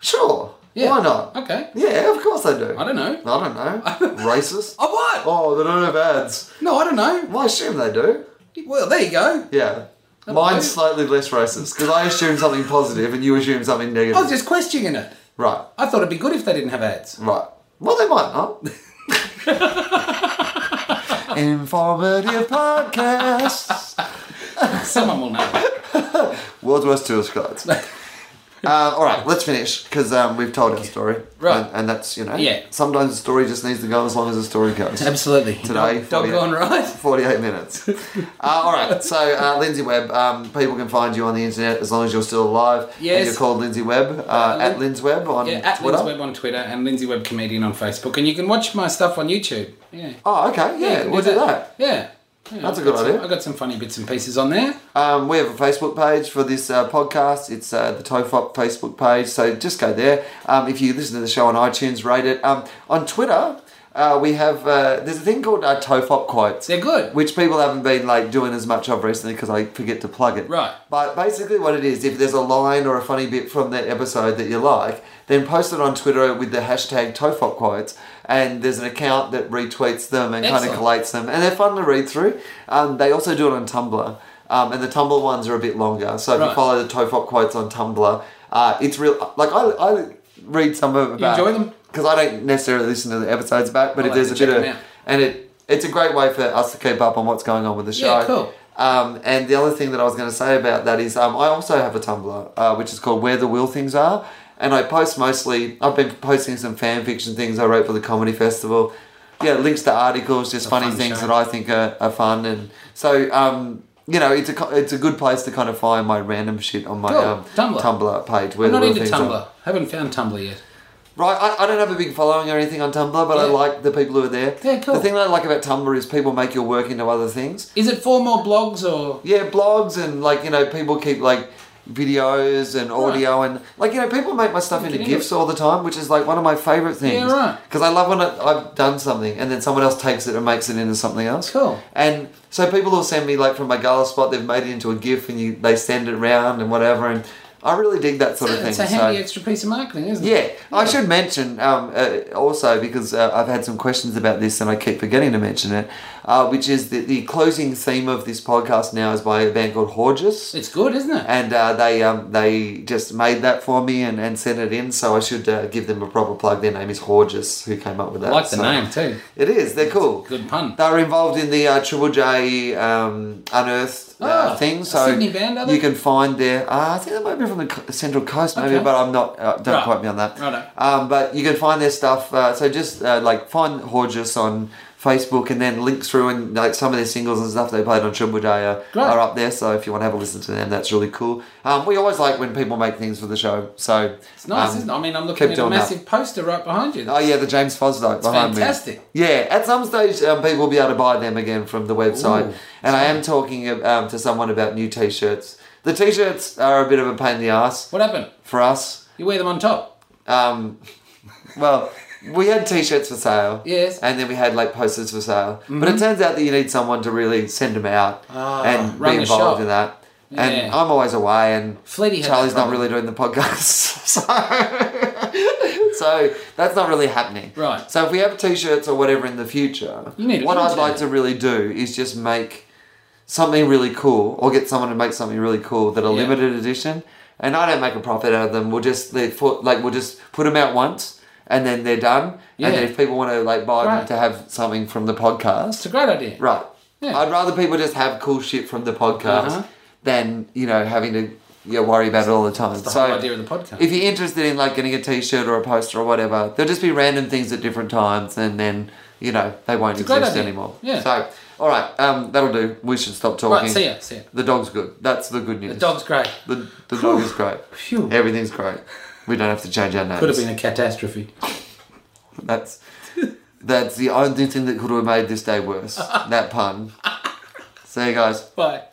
C: Sure.
D: Yeah.
C: Why not?
D: Okay.
C: Yeah, of course they do.
D: I don't know.
C: I don't
D: [LAUGHS]
C: know. Racist.
D: Oh, what?
C: Oh, they don't have ads.
D: No, I don't know.
C: Well, I assume they do.
D: Well, there you go.
C: Yeah.
D: know.
C: Mine's slightly less racist because I assume something positive and you assume something negative.
D: I was just questioning it.
C: Right.
D: I thought it'd be good if they didn't have ads.
C: Right. Well, they might
D: [LAUGHS]
C: not. Informative podcast.
D: Someone
C: [LAUGHS]
D: will know.
C: World's worst tourist guides. Uh, all right, let's finish because um, we've told our story.
D: Right.
C: And, and that's, you know,
D: Yeah.
C: sometimes a story just needs to go as long as the story goes.
D: Absolutely.
C: Today,
D: Dog,
C: forty-
D: gone right.
C: 48
D: [LAUGHS]
C: minutes. Uh, all right, so uh, Lindsay Webb, um, people can find you on the internet as long as you're still alive.
D: Yes.
C: And you're called Lindsay Webb, uh, at Lindsay Webb on
D: Yeah, at
C: Twitter.
D: Lindsay Webb on Twitter and Lindsay Webb Comedian on Facebook. And you can watch my stuff on YouTube. Yeah.
C: Oh, okay,
D: you
C: yeah,
D: can
C: we'll do that.
D: Yeah.
C: That's a good
D: I
C: idea.
D: got some funny bits and pieces on there.
C: Um, we have a Facebook page for this uh, podcast. It's uh, the Tofop Facebook page, so just go there. Um, if you listen to the show on iTunes, rate it. Um, on Twitter, uh, we have uh, there's a thing called uh, Tofop quotes.
D: They're good.
C: Which people haven't been like doing as much of recently because I forget to plug it.
D: Right.
C: But basically, what it is, if there's a line or a funny bit from that episode that you like, then post it on Twitter with the hashtag Tofop quotes, and there's an account that retweets them and kind of
D: Excellent.
C: collates them, and they're fun to read through. Um, they also do it on Tumblr, um, and the Tumblr ones are a bit longer. So if
D: Right.
C: you follow the Tofop quotes on Tumblr, uh, it's real. Like I, I read some of them back
D: enjoy them?
C: because I don't necessarily listen to the episodes back, but
D: I'll
C: if
D: have
C: there's a
D: to
C: bit
D: check
C: of
D: them out.
C: and it it's a great way for us to keep up on what's going on with the show.
D: Yeah, cool.
C: Um, and the other thing that I was going to say about that is um, I also have a Tumblr, uh, which is called Where the Wheel Things Are, and I post mostly. I've been posting some fan fiction things I wrote for the comedy festival. Yeah, links to articles, just funny
D: fun
C: things
D: show.
C: that I think are, are fun, and so um, you know, it's a co- it's a good place to kind of find my random shit on my
D: Cool.
C: um,
D: Tumblr.
C: Tumblr page. Where
D: I'm not
C: Wheel
D: into
C: Things Are.
D: Tumblr. Haven't found Tumblr yet.
C: Right, I, I don't have a big following or anything on Tumblr, but I
D: Yeah.
C: like the people who are there.
D: Yeah, cool.
C: The thing that I like about Tumblr is people make your work into other things.
D: Is it for more blogs or?
C: Yeah, blogs and like you know people keep like videos and audio and like you know people make my stuff into
D: Get into
C: gifs all the time, which is like one of my favorite things.
D: right.
C: Because I love when I, I've done something and then someone else takes it and makes it into something else.
D: Cool.
C: And so people will send me like from my gala spot, they've made it into a gif and you they send it round and whatever, and I really dig that sort of thing.
D: It's a
C: so-
D: handy extra piece of marketing, isn't it?
C: yeah, I should mention um, uh, also because uh, I've had some questions about this and I keep forgetting to mention it, uh, which is that the closing theme of this podcast now is by a band called Horges,
D: It's good, isn't it?
C: and uh, they um, they just made that for me and, and sent it in, so I should uh, give them a proper plug. Their name is Horges, who came up with
D: I
C: that.
D: like the
C: so-
D: name too.
C: It is. They're cool.
D: Good pun.
C: They were involved in the uh, Triple J um, unearthed uh,
D: Ah,
C: thing,
D: a
C: so
D: Sydney band, are they?
C: you can find their. Uh, I think they might be from the co- Central Coast, maybe,
D: Okay.
C: but I'm not. Uh, don't
D: Right.
C: quote me on that.
D: Righto.
C: Um, but you can find their stuff. Uh, so just uh, like find Horges on Facebook, and then link through and like some of their singles and stuff they played on Triple J are,
D: Great.
C: are up there. So if you want to have a listen to them, that's really cool. Um, we always like when people make things for the show. So
D: It's nice,
C: um,
D: isn't it? I mean, I'm
C: keep
D: looking at a
C: doing that.
D: massive poster right behind you.
C: Oh yeah, the James Fosdyke behind
D: fantastic.
C: me. Yeah, at some stage um, people will be able to buy them again from the website,
D: Ooh,
C: and I am talking um, to someone about new T-shirts. The T-shirts are a bit of a pain in the ass
D: What happened?
C: for us.
D: You wear them on top.
C: Um, well, we had T-shirts for sale.
D: Yes. Mm-hmm.
C: And then we had like posters for sale, but it turns out that you need someone to really send them out
D: Ah,
C: and be
D: run the shop.
C: involved in that. And
D: Yeah.
C: I'm always away, and
D: Fleety had that
C: Charlie's not
D: problem.
C: really doing the podcast, [LAUGHS] so so that's not really happening.
D: Right.
C: So if we have t-shirts or whatever in the future,
D: You need a
C: what I'd
D: contact.
C: like to really do is just make something really cool, or get someone to make something really cool that are
D: Yeah.
C: limited edition. And I don't make a profit out of them. We'll just they for, like we'll just put them out once, and then they're done. And then
D: Yeah.
C: if people want to like buy them
D: Right.
C: to have something from the podcast,
D: It's a great idea.
C: Right.
D: Yeah.
C: I'd rather people just have cool shit from the podcast
D: Uh-huh.
C: than, you know, having to you know, worry about it all the time.
D: That's the
C: so
D: whole idea of the podcast.
C: if you're interested in like getting a t shirt or a poster or whatever, there'll just be random things at different times and then, you know, they won't
D: a great
C: exist
D: idea.
C: anymore.
D: Yeah.
C: So all right, um, that'll do. We should stop talking.
D: right, see ya, see ya.
C: The dog's good. That's the good news.
D: The dog's great.
C: the, the dog is great.
D: [SIGHS] Phew.
C: Everything's great. We don't have to change our names.
D: Could have been a catastrophe.
C: That's
D: [LAUGHS]
C: that's the only thing that could have made this day worse. that pun. See you guys.
D: Bye.